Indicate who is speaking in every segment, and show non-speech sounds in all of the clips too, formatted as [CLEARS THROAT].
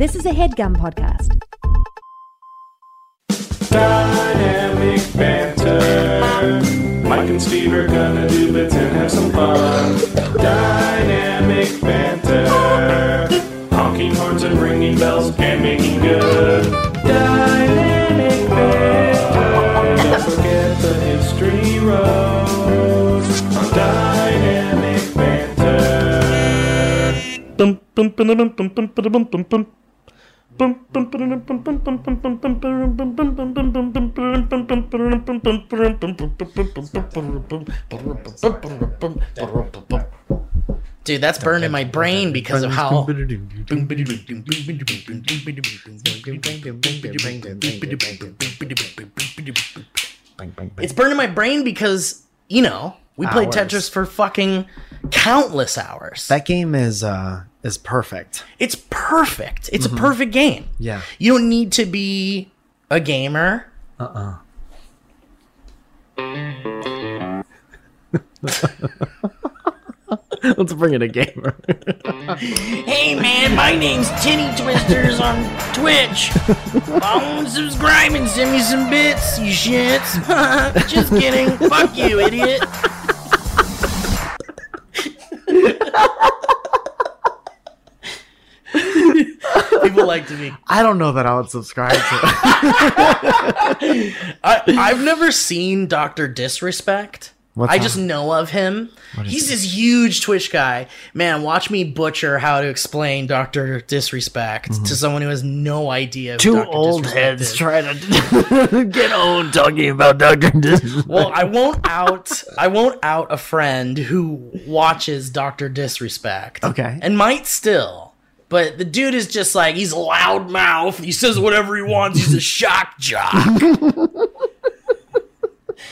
Speaker 1: This is a headgum podcast.
Speaker 2: Dynamic banter. Mike and Steve are gonna do bits and have some fun. Dynamic banter. Honking horns and ringing bells and making good. Dynamic banter. Don't forget the history rows on dynamic banter.
Speaker 3: Bum, bum, ba-da-bum, bum, bum, ba-da-bum, bum, bum. Bum, bum, ba-da-dum, bum, bum, bum, bum, bum, bum, ba-da-dum, bum, bum, bum, bum, bum, bum, ba-da-dum, bum, bum, ba-da-dum, bum, bum, ba-da-dum, bum, bum, bum, bum, bum, ba-da-dum, bum, ba-da-dum, bum, ba-da-dum, bum, ba-da-dum, bum, bum.
Speaker 4: Dude, that's burned in my brain because of how. It's burned in my brain because, you know, we played
Speaker 5: Hours.
Speaker 4: Tetris for fucking countless hours.
Speaker 5: That game is uh is perfect.
Speaker 4: It's perfect. It's a perfect game.
Speaker 5: Yeah.
Speaker 4: You don't need to be a gamer.
Speaker 5: [LAUGHS] Let's bring in a gamer.
Speaker 4: Hey man, my name's Tinny Twisters on Twitch. Phone subscribe and send me some bits, you shits. [LAUGHS] Just kidding. Fuck you, idiot. People like to be.
Speaker 5: [LAUGHS] I don't know that I would subscribe [LAUGHS] to.
Speaker 4: I, I've never seen Doctor Disrespect.
Speaker 5: What's
Speaker 4: I
Speaker 5: that?
Speaker 4: just know of him. He's this huge Twitch guy. Man, watch me butcher how to explain Doctor Disrespect to someone who has no idea. who
Speaker 5: Mm-hmm. Two
Speaker 4: Dr.
Speaker 5: old
Speaker 4: Disrespect
Speaker 5: heads
Speaker 4: is.
Speaker 5: trying to [LAUGHS] get old talking about Doctor Disrespect.
Speaker 4: well, I won't out. I won't out a friend who watches Doctor Disrespect.
Speaker 5: Okay.
Speaker 4: and might still. But the dude is just like he's a loud mouth. He says whatever he wants. He's a shock jock.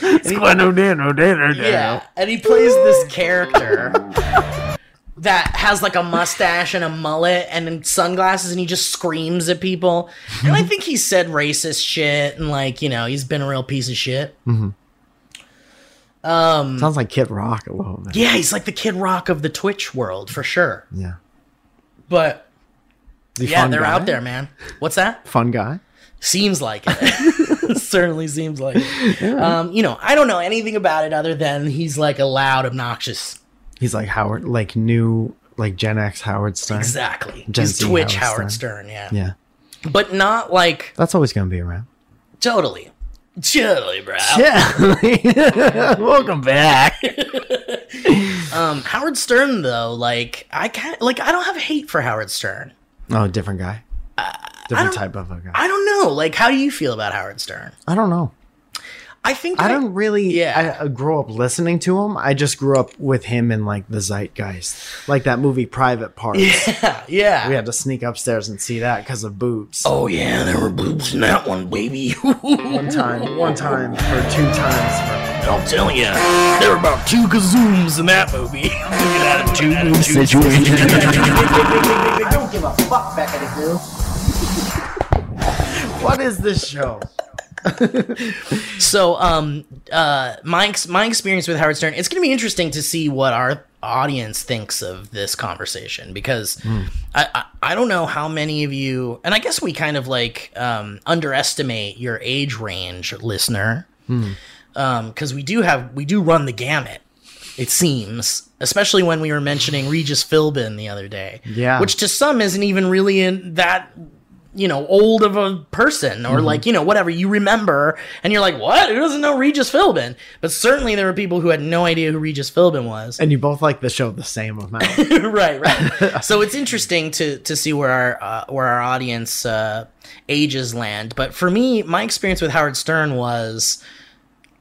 Speaker 4: Yeah, and he plays this
Speaker 5: [LAUGHS]
Speaker 4: character that has like a mustache and a mullet and then sunglasses, and he just screams at people. And I think he said racist shit, and like you know he's been a real piece of shit.
Speaker 5: Mm-hmm. Sounds like Kid Rock a little bit.
Speaker 4: Yeah, he's like the Kid Rock of the Twitch world for sure.
Speaker 5: Yeah.
Speaker 4: But
Speaker 5: The
Speaker 4: yeah,
Speaker 5: fun
Speaker 4: they're
Speaker 5: guy?
Speaker 4: out there, man. What's that?
Speaker 5: Fun guy.
Speaker 4: Seems like
Speaker 5: [LAUGHS]
Speaker 4: it. [LAUGHS] Certainly seems like it. Um, you know, I don't know anything about it other than he's like a loud, obnoxious.
Speaker 5: He's like Howard, like new, like Gen X Howard Stern.
Speaker 4: Exactly.
Speaker 5: Gen
Speaker 4: he's
Speaker 5: Z
Speaker 4: Twitch
Speaker 5: Howard
Speaker 4: Howard, Stern, yeah.
Speaker 5: Yeah,
Speaker 4: But not like
Speaker 5: that's always gonna be around.
Speaker 4: totally. Totally, bro.
Speaker 5: Yeah. [LAUGHS] Welcome back.
Speaker 4: Um, Howard Stern though, like I can't like I don't have hate for Howard Stern.
Speaker 5: Oh, different guy. Different
Speaker 4: don't-
Speaker 5: type of a guy. I,
Speaker 4: I don't know. Like, how do you feel about Howard Stern?
Speaker 5: don't know.
Speaker 4: I think
Speaker 5: I don't really
Speaker 4: Yeah.
Speaker 5: I, uh, grow up listening to him. I just grew up with him in like the zeitgeist, like that movie Private Parts.
Speaker 4: [LAUGHS] yeah.
Speaker 5: We had to sneak upstairs and see that because of boobs.
Speaker 4: Oh yeah, there were boobs in that one, baby. [LAUGHS]
Speaker 5: One time, one time for two times.
Speaker 4: I'm telling you, there were about two gazooms in that movie. [LAUGHS] two
Speaker 5: I don't give a fuck back at the What is this show?
Speaker 4: So, um, uh, my ex- my experience with Howard Stern, it's going to be interesting to see what our audience thinks of this conversation because I, I I don't know how many of you, and I guess we kind of like um, underestimate your age range, listener, because Um, we do have we do run the gamut. It seems, especially when we were mentioning Regis Philbin the other day,
Speaker 5: Yeah.
Speaker 4: which to some isn't even really in that you know, old of a person or like, you know, whatever you remember and you're like, what? Who doesn't know Regis Philbin? But certainly there were people who had no idea who Regis Philbin
Speaker 5: [LAUGHS]
Speaker 4: was. [LAUGHS]
Speaker 5: And you both like the show the same amount.
Speaker 4: right, right. so it's interesting to to see where our uh, where our audience uh, ages land. But for me, my experience with Howard Stern was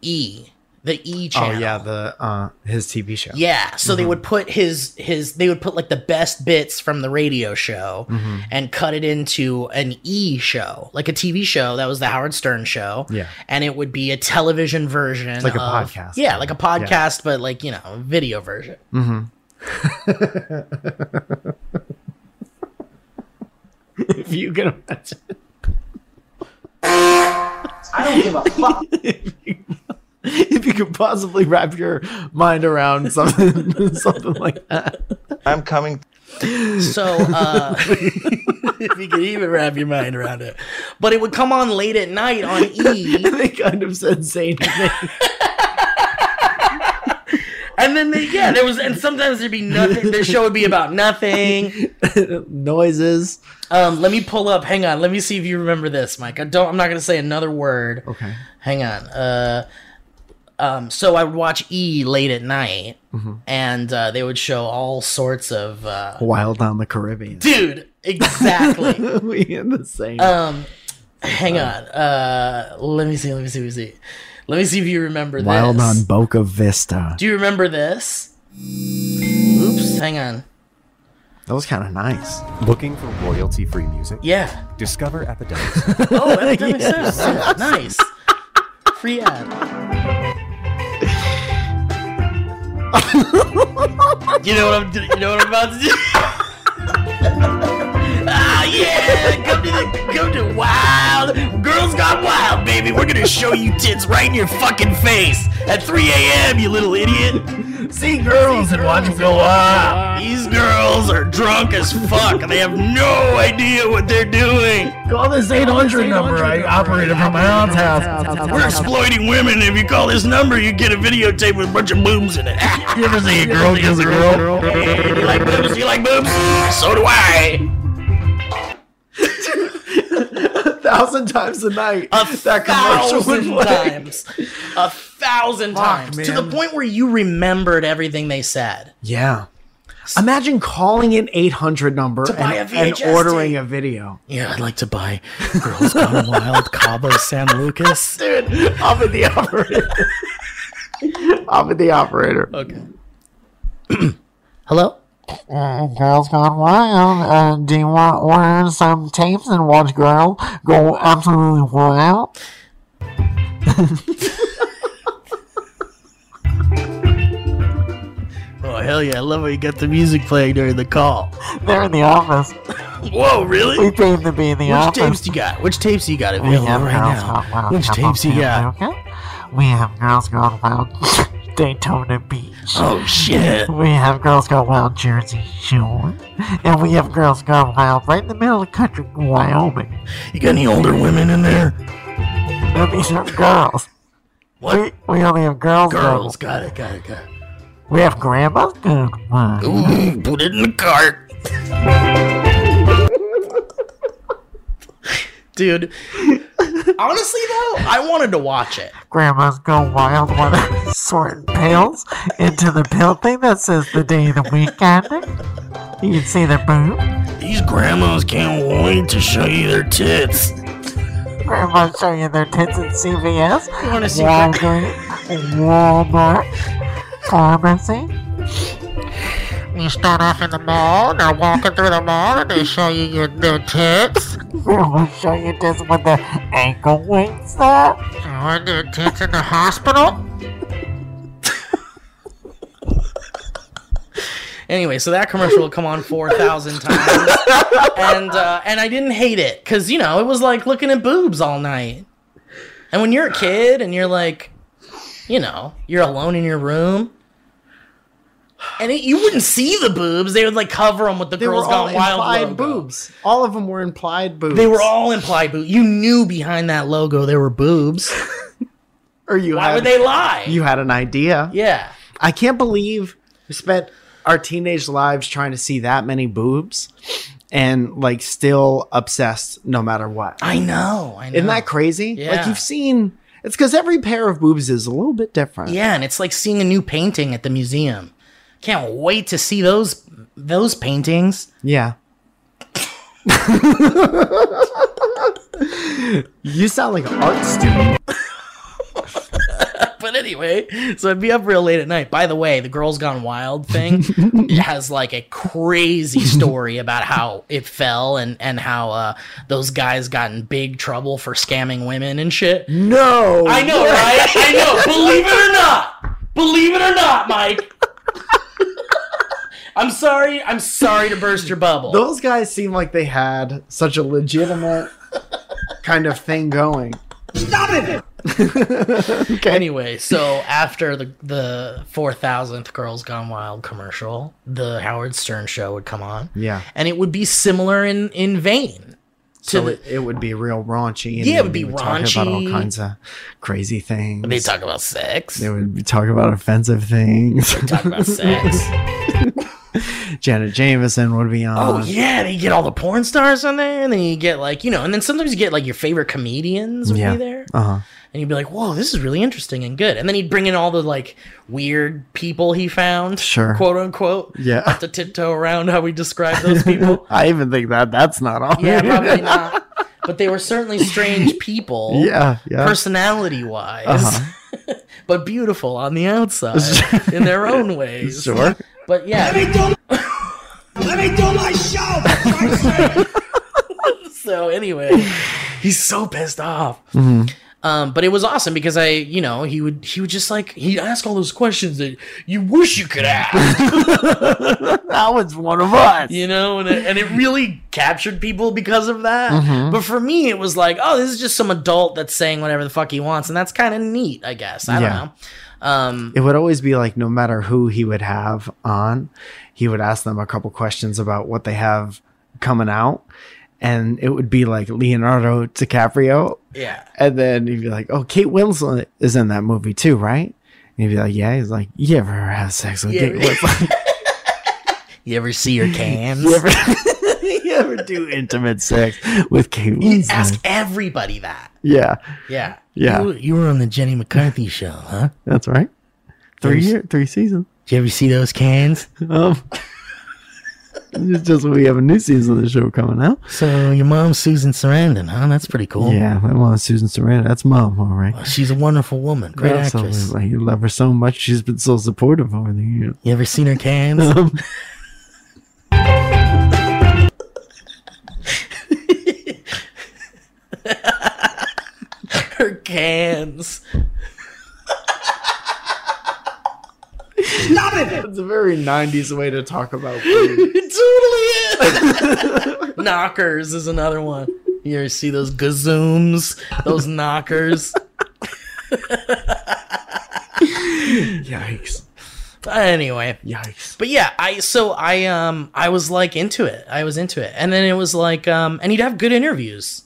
Speaker 4: E, the E
Speaker 5: oh
Speaker 4: channel.
Speaker 5: yeah, the uh his TV show.
Speaker 4: Yeah, so
Speaker 5: Mm-hmm.
Speaker 4: they would put his his they would put like the best bits from the radio show
Speaker 5: Mm-hmm.
Speaker 4: and cut it into an E show, like a TV show that was the Howard Stern show.
Speaker 5: Yeah.
Speaker 4: and it would be a television version,
Speaker 5: like a
Speaker 4: of-
Speaker 5: podcast.
Speaker 4: Yeah, like a
Speaker 5: Yeah. Mm-hmm.
Speaker 4: podcast, but like you know, video version.
Speaker 5: If you can imagine. [LAUGHS] I don't give a fuck. if, you, if you could [LAUGHS] possibly wrap your mind around something something like that.
Speaker 6: I'm coming
Speaker 4: So
Speaker 5: [LAUGHS]
Speaker 4: uh, [LAUGHS] if you could even wrap your mind around it, but it would come on late at night on E,
Speaker 5: [LAUGHS] they kind of said same thing. [LAUGHS]
Speaker 4: and then they, yeah, there was, and sometimes there'd be nothing. The show would be about nothing.
Speaker 5: noises.
Speaker 4: Um, let me pull up. Hang on. Let me see if you remember this, Mike. I don't. I'm not gonna say another word.
Speaker 5: Okay.
Speaker 4: Hang on. Uh, um, so I would watch E late at night,
Speaker 5: Mm-hmm.
Speaker 4: and uh, they would show all sorts of. Uh,
Speaker 5: Wild on the Caribbean.
Speaker 4: dude, exactly.
Speaker 5: [LAUGHS] we in the same.
Speaker 4: um, hang on. Uh, let me see. Let me see. Let me see. Let me see if you remember
Speaker 5: Wild
Speaker 4: this.
Speaker 5: on Boca Vista.
Speaker 4: Do you remember this? Oops. Hang on.
Speaker 5: That was kind of nice.
Speaker 6: Looking for royalty free music?
Speaker 5: [LAUGHS]
Speaker 4: Yeah.
Speaker 6: Discover Epidemics.
Speaker 4: Oh, that makes sense. Nice. Free ad. you know what I'm doing? You know what I'm about to do? ah, yeah! Come to the, come to Wild. Girls Gone Wild, baby. We're gonna show you tits right in your fucking face at 3 a.m. You little idiot. See girls and watch them go wild. These girls are drunk as fuck. and They have no idea what they're doing.
Speaker 7: Call this 800 number. I operated from my aunt's house.
Speaker 4: We're exploiting women. If you call this number, you get a videotape with a bunch of boobs in it.
Speaker 7: You ever
Speaker 4: [LAUGHS]
Speaker 7: see a girl kiss a girl?
Speaker 4: Do you like boobs? Do you like boobs? So do I.
Speaker 5: A thousand times a night.
Speaker 4: A
Speaker 5: that commercial would
Speaker 4: thousand
Speaker 5: play.
Speaker 4: times. A thousand times. To the
Speaker 5: man.
Speaker 4: point where you remembered everything they said.
Speaker 5: Yeah. [LAUGHS] Imagine calling an 800 number and,
Speaker 4: buy a
Speaker 5: and
Speaker 4: VHS
Speaker 5: ordering a video.
Speaker 4: Yeah, I'd like to buy Girls [LAUGHS] Gone Wild, Cabo San Lucas.
Speaker 5: Dude, I'm with the operator. I'm with the operator.
Speaker 4: Okay. [CLEARS THROAT] Hello?
Speaker 8: uh, girls gone wild. Uh, do you want to order some tapes and watch girl go absolutely wild?
Speaker 4: Oh, hell yeah. I love how you got the music playing during the call.
Speaker 8: They're in the office.
Speaker 4: Whoa, really?
Speaker 8: We dream to be in the
Speaker 4: Which
Speaker 8: office.
Speaker 4: tapes do you got? Which tapes do you
Speaker 5: Oh,
Speaker 4: got
Speaker 8: we
Speaker 4: available
Speaker 8: have
Speaker 4: right
Speaker 8: girls
Speaker 4: now?
Speaker 8: gone wild.
Speaker 4: Which
Speaker 8: Come on,
Speaker 4: tapes you got?
Speaker 8: America. We have girls gone wild. [LAUGHS] Daytona Beach.
Speaker 4: Oh, shit.
Speaker 8: We have girls gone wild. Jersey Shore. And we have girls gone wild right in the middle of country, Wyoming.
Speaker 4: You got any older women in there?
Speaker 8: Now these are girls.
Speaker 4: What?
Speaker 8: We only have girls. gone
Speaker 4: Girls, got it, got it, got it.
Speaker 8: We have grandma's good one.
Speaker 4: Ooh, put it in the cart. Dude, [LAUGHS] honestly though, I wanted to watch it.
Speaker 8: Grandma's go wild one [LAUGHS] sorting pills into the pill thing that says the day of the week on it. You can see the boob.
Speaker 4: These grandmas can't wait to show you their tits.
Speaker 8: Grandma show you their tits at CVS,
Speaker 4: You want to see?
Speaker 8: Walgreens, Walmart, pharmacy.
Speaker 9: You start off in the mall, they're walking through the mall, and they show you your new
Speaker 8: [LAUGHS]
Speaker 9: tits.
Speaker 8: Grandma show you tits with the ankle weights up.
Speaker 9: Your new tits in the hospital.
Speaker 4: Anyway, so that commercial will come on four
Speaker 5: [LAUGHS]
Speaker 4: thousand times, and uh, and I didn't hate it because you know it was like looking at boobs all night. And when you're a kid and you're like, you know, you're alone in your room, and it, you wouldn't see the boobs. They would like cover them with the
Speaker 5: They
Speaker 4: girls
Speaker 5: were all
Speaker 4: gone wild
Speaker 5: implied
Speaker 4: logo.
Speaker 5: boobs. All of them were implied boobs.
Speaker 4: They were all implied boobs. You knew behind that logo there were
Speaker 5: [LAUGHS]
Speaker 4: boobs.
Speaker 5: Or you
Speaker 4: Why
Speaker 5: had,
Speaker 4: would they lie?
Speaker 5: You had an idea.
Speaker 4: yeah.
Speaker 5: I can't believe we spent our teenage lives trying to see that many boobs and like still obsessed no matter what.
Speaker 4: I know. I know.
Speaker 5: Isn't that crazy? Like
Speaker 4: Yeah.
Speaker 5: you've seen it's because every pair of boobs is a little bit different.
Speaker 4: Yeah, and it's like seeing a new painting at the museum. Can't wait to see those those paintings. [LAUGHS]
Speaker 5: Yeah. [LAUGHS] you sound like an art student.
Speaker 4: But anyway, so I'd be up real late at night. By the way, the Girls Gone Wild [LAUGHS] thing has like a crazy story about how it fell and and how uh, those guys got in big trouble for scamming women and shit.
Speaker 5: No.
Speaker 4: I know, right? I [LAUGHS] know. Believe it or not. Believe it or not, Mike. [LAUGHS] I'm sorry. I'm sorry to burst your bubble.
Speaker 5: Those guys seem like
Speaker 4: [LAUGHS]
Speaker 5: they had such a legitimate kind of thing going.
Speaker 4: Anyway, so after the the four thousandth Girls Gone Wild commercial, the Howard Stern show would come on.
Speaker 5: Yeah.
Speaker 4: and it would be similar in in vein. To
Speaker 5: So
Speaker 4: the,
Speaker 5: it, it would be real raunchy. And
Speaker 4: Yeah, it
Speaker 5: they
Speaker 4: would be
Speaker 5: Talk about all
Speaker 4: raunchy.
Speaker 5: kinds of crazy things.
Speaker 4: they talk about sex.
Speaker 5: They would be talking about offensive things.
Speaker 4: talk about sex.
Speaker 5: [LAUGHS] Uh-huh. Janet Jameson would be
Speaker 4: Oh
Speaker 5: on.
Speaker 4: yeah, and you get all the porn stars on there, and then you get like you know, and then sometimes you get like your favorite comedians would
Speaker 5: Yeah.
Speaker 4: be there,
Speaker 5: Uh-huh.
Speaker 4: and you'd be like, "Whoa, this is really interesting and good." And then he'd bring in all the like weird people he found,
Speaker 5: Sure.
Speaker 4: quote unquote,
Speaker 5: Yeah.
Speaker 4: have to tiptoe around how we describe those
Speaker 5: [LAUGHS]
Speaker 4: people.
Speaker 5: I even think that that's not all.
Speaker 4: yeah, probably not, but they were certainly strange people,
Speaker 5: [LAUGHS] yeah, Uh-huh. yeah.
Speaker 4: personality wise, [LAUGHS] but beautiful on the
Speaker 5: [LAUGHS]
Speaker 4: outside in their own ways. [LAUGHS]
Speaker 5: sure.
Speaker 4: But yeah.
Speaker 5: [LAUGHS]
Speaker 4: Let me do,
Speaker 10: [LAUGHS]
Speaker 4: my show. so anyway, he's so pissed off.
Speaker 5: Mm-hmm.
Speaker 4: Um, but it was awesome because I, you know, he would he would just like he'd ask all those questions that you wish you could ask,
Speaker 5: That was one of us.
Speaker 4: you know, and it, and it really captured people because of that. But for me, it was like, oh, this is just some adult that's saying whatever the fuck he wants, and that's kind of neat, I guess. I
Speaker 5: Yeah.
Speaker 4: don't know. Um,
Speaker 5: It would always be like no matter who he would have on, he would ask them a couple questions about what they have coming out. And it would be like Leonardo DiCaprio.
Speaker 4: yeah.
Speaker 5: And then he'd be like, Oh, Kate Winslet is in that movie too, right? And he'd be like, Yeah. He's like, You ever have sex with
Speaker 4: Yeah.
Speaker 5: Kate Winslet? [LAUGHS]
Speaker 4: You ever see [LAUGHS] her cans?
Speaker 5: you, ever, you ever do intimate sex with Kate Winslet?
Speaker 4: Ask everybody that.
Speaker 5: yeah.
Speaker 4: Yeah.
Speaker 5: Yeah.
Speaker 4: You, you were on the Jenny McCarthy show, huh?
Speaker 5: That's right. Three
Speaker 4: There's-
Speaker 5: year, three seasons.
Speaker 4: Did you ever see those cans?
Speaker 5: Um, [LAUGHS] it's just we have a new season of the show coming out.
Speaker 4: So your mom's Susan Sarandon, huh? That's pretty cool.
Speaker 5: Yeah, my mom, Susan Sarandon. That's mom, all right.
Speaker 4: She's a wonderful woman, great actress.
Speaker 5: Absolutely. You love her so much. She's been so supportive over the years.
Speaker 4: You ever seen her
Speaker 5: [LAUGHS]
Speaker 4: cans?
Speaker 5: Um,
Speaker 4: her cans.
Speaker 5: it's a very 90s way to talk about food.
Speaker 4: It totally is. [LAUGHS] knockers is another one. You ever see those gazooms? Those knockers?
Speaker 5: [LAUGHS] Yikes.
Speaker 4: anyway.
Speaker 5: Yikes.
Speaker 4: But yeah, I so I um I was like into it. I was into it. And then it was like um and he'd have good interviews.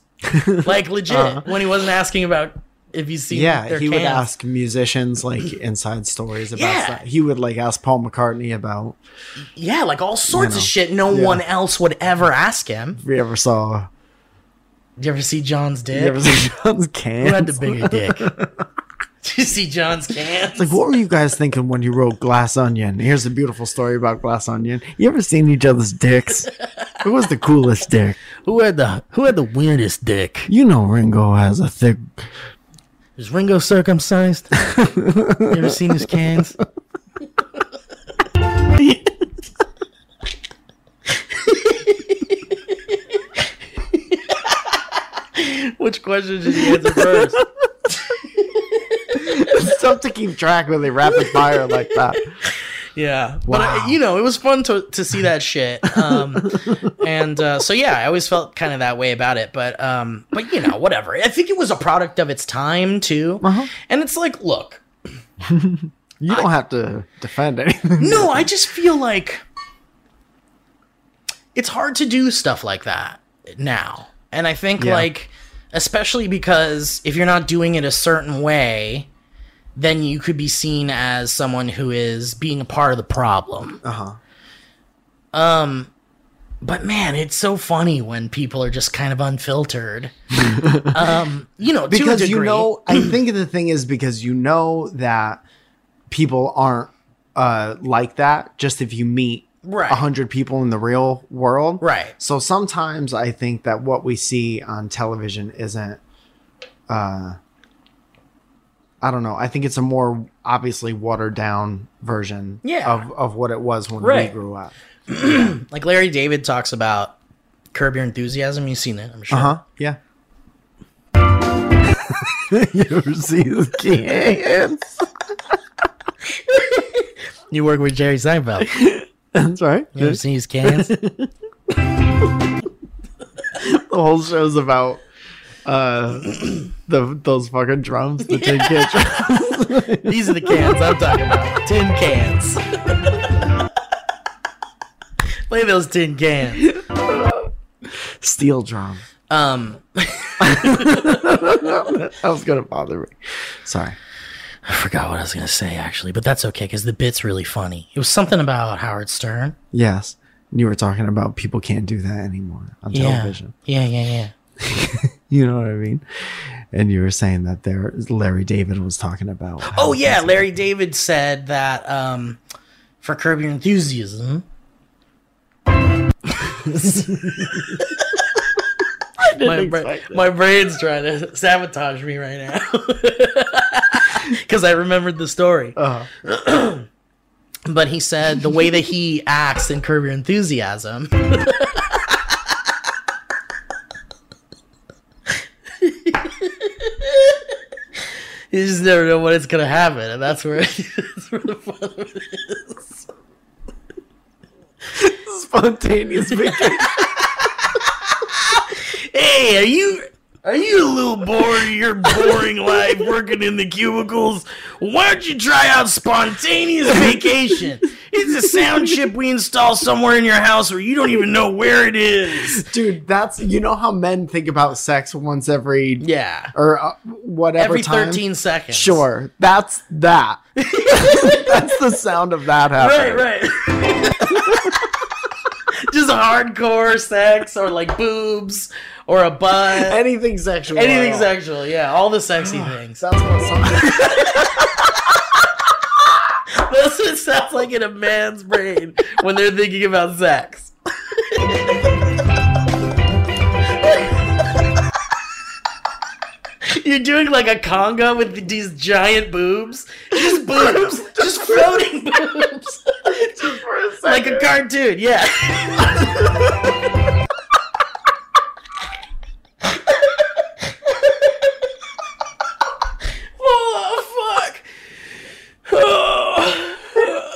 Speaker 4: like legit when he wasn't asking about if he's seen
Speaker 5: Uh-huh. Yeah,
Speaker 4: their
Speaker 5: he would
Speaker 4: cans.
Speaker 5: ask musicians like inside stories about
Speaker 4: Yeah.
Speaker 5: stuff. He would like ask Paul McCartney about
Speaker 4: Yeah, like all sorts of shit no
Speaker 5: Yeah.
Speaker 4: one else would ever ask him.
Speaker 5: if we ever saw
Speaker 4: Did you ever see John's dick?
Speaker 5: you ever see [LAUGHS] John's
Speaker 4: Who had
Speaker 5: cans.
Speaker 4: the bigger dick? [LAUGHS] Did you see John's cans?
Speaker 5: Like, what were you guys thinking when you wrote Glass Onion? Here's a beautiful story about Glass Onion. You ever seen each other's dicks? Who was the coolest dick?
Speaker 4: Who had the who had the weirdest dick?
Speaker 5: You know Ringo has a thick.
Speaker 4: Is Ringo circumcised? you ever seen his cans? [LAUGHS] Which question did you answer first?
Speaker 5: [LAUGHS] It's tough to keep track when they rapid fire like that.
Speaker 4: Yeah, but I, you know, it was fun to to see that shit. Um, and uh, so yeah, I always felt kind of that way about it. But um, but you know, whatever. I think it was a product of its time too. And it's like, look,
Speaker 5: You don't have to defend anything.
Speaker 4: no, I just feel like it's hard to do stuff like that now. And I think
Speaker 5: Yeah.
Speaker 4: like especially because if you're not doing it a certain way, then you could be seen as someone who is being a part of the problem. Um,
Speaker 5: Uh huh.
Speaker 4: But man, it's so funny when people are just kind of
Speaker 5: [LAUGHS]
Speaker 4: unfiltered. um, you know,
Speaker 5: Because
Speaker 4: to a degree.
Speaker 5: you know, I think the thing is because you know that people aren't uh, like that. Just if you meet
Speaker 4: Right.
Speaker 5: a hundred people in the real world,
Speaker 4: Right.
Speaker 5: So sometimes I think that what we see on television isn't. Uh, I don't know. I think it's a more obviously watered down version
Speaker 4: Yeah.
Speaker 5: of, of what it was when
Speaker 4: Right.
Speaker 5: we grew up.
Speaker 4: like Larry David talks about Curb Your Enthusiasm. You've seen it, I'm sure.
Speaker 5: Huh? Yeah. [LAUGHS] you ever see his cans?
Speaker 4: You work with Jerry [LAUGHS] Seinfeld. You
Speaker 5: That's right.
Speaker 4: ever seen his cans?
Speaker 5: the whole show's about uh, the those fucking drums, the tin can drums.
Speaker 4: These are the cans I'm talking about. Tin [LAUGHS] cans. Play those tin cans.
Speaker 5: [LAUGHS] steel drum.
Speaker 4: Um,
Speaker 5: That was gonna bother me. Sorry.
Speaker 4: I forgot what I was gonna say actually, but that's okay because the bit's really funny. It was something about Howard Stern.
Speaker 5: Yes, you were talking about people can't do that anymore on television.
Speaker 4: Yeah, yeah, yeah, yeah.
Speaker 5: You know what I mean? And you were saying that there, Larry David was talking about.
Speaker 4: Oh yeah, Larry David said that um, for Curb Your Enthusiasm. my, bra- my brain's trying to sabotage me right now [LAUGHS] because I remembered the story. [CLEARS THROAT] but he said the way that he acts in Curb Your Enthusiasm. You just never know when it's gonna happen, and that's where, [LAUGHS] that's where the fun of it is.
Speaker 5: spontaneous victory.
Speaker 4: Hey, are you are you a little bored of your boring life working in the cubicles? Why don't you try out spontaneous vacation? It's a sound chip we install somewhere in your house where you don't even know where it is.
Speaker 5: [LAUGHS] Dude, that's you know how men think about sex once every
Speaker 4: Yeah.
Speaker 5: or uh, whatever
Speaker 4: Every
Speaker 5: time.
Speaker 4: 13 seconds.
Speaker 5: Sure, that's that. [LAUGHS] that's the sound of that
Speaker 4: Right,
Speaker 5: happening.
Speaker 4: right. [LAUGHS] Just hardcore sex or like boobs or a butt.
Speaker 5: Anything sexual.
Speaker 4: Anything sexual, yeah. All the sexy things.
Speaker 5: That's what something.
Speaker 4: [LAUGHS] That's what it sounds like in a man's brain when they're thinking about sex. You're doing like a conga with these giant boobs. Just boobs. just floating boobs. like a cartoon, yeah. oh, fuck. Oh,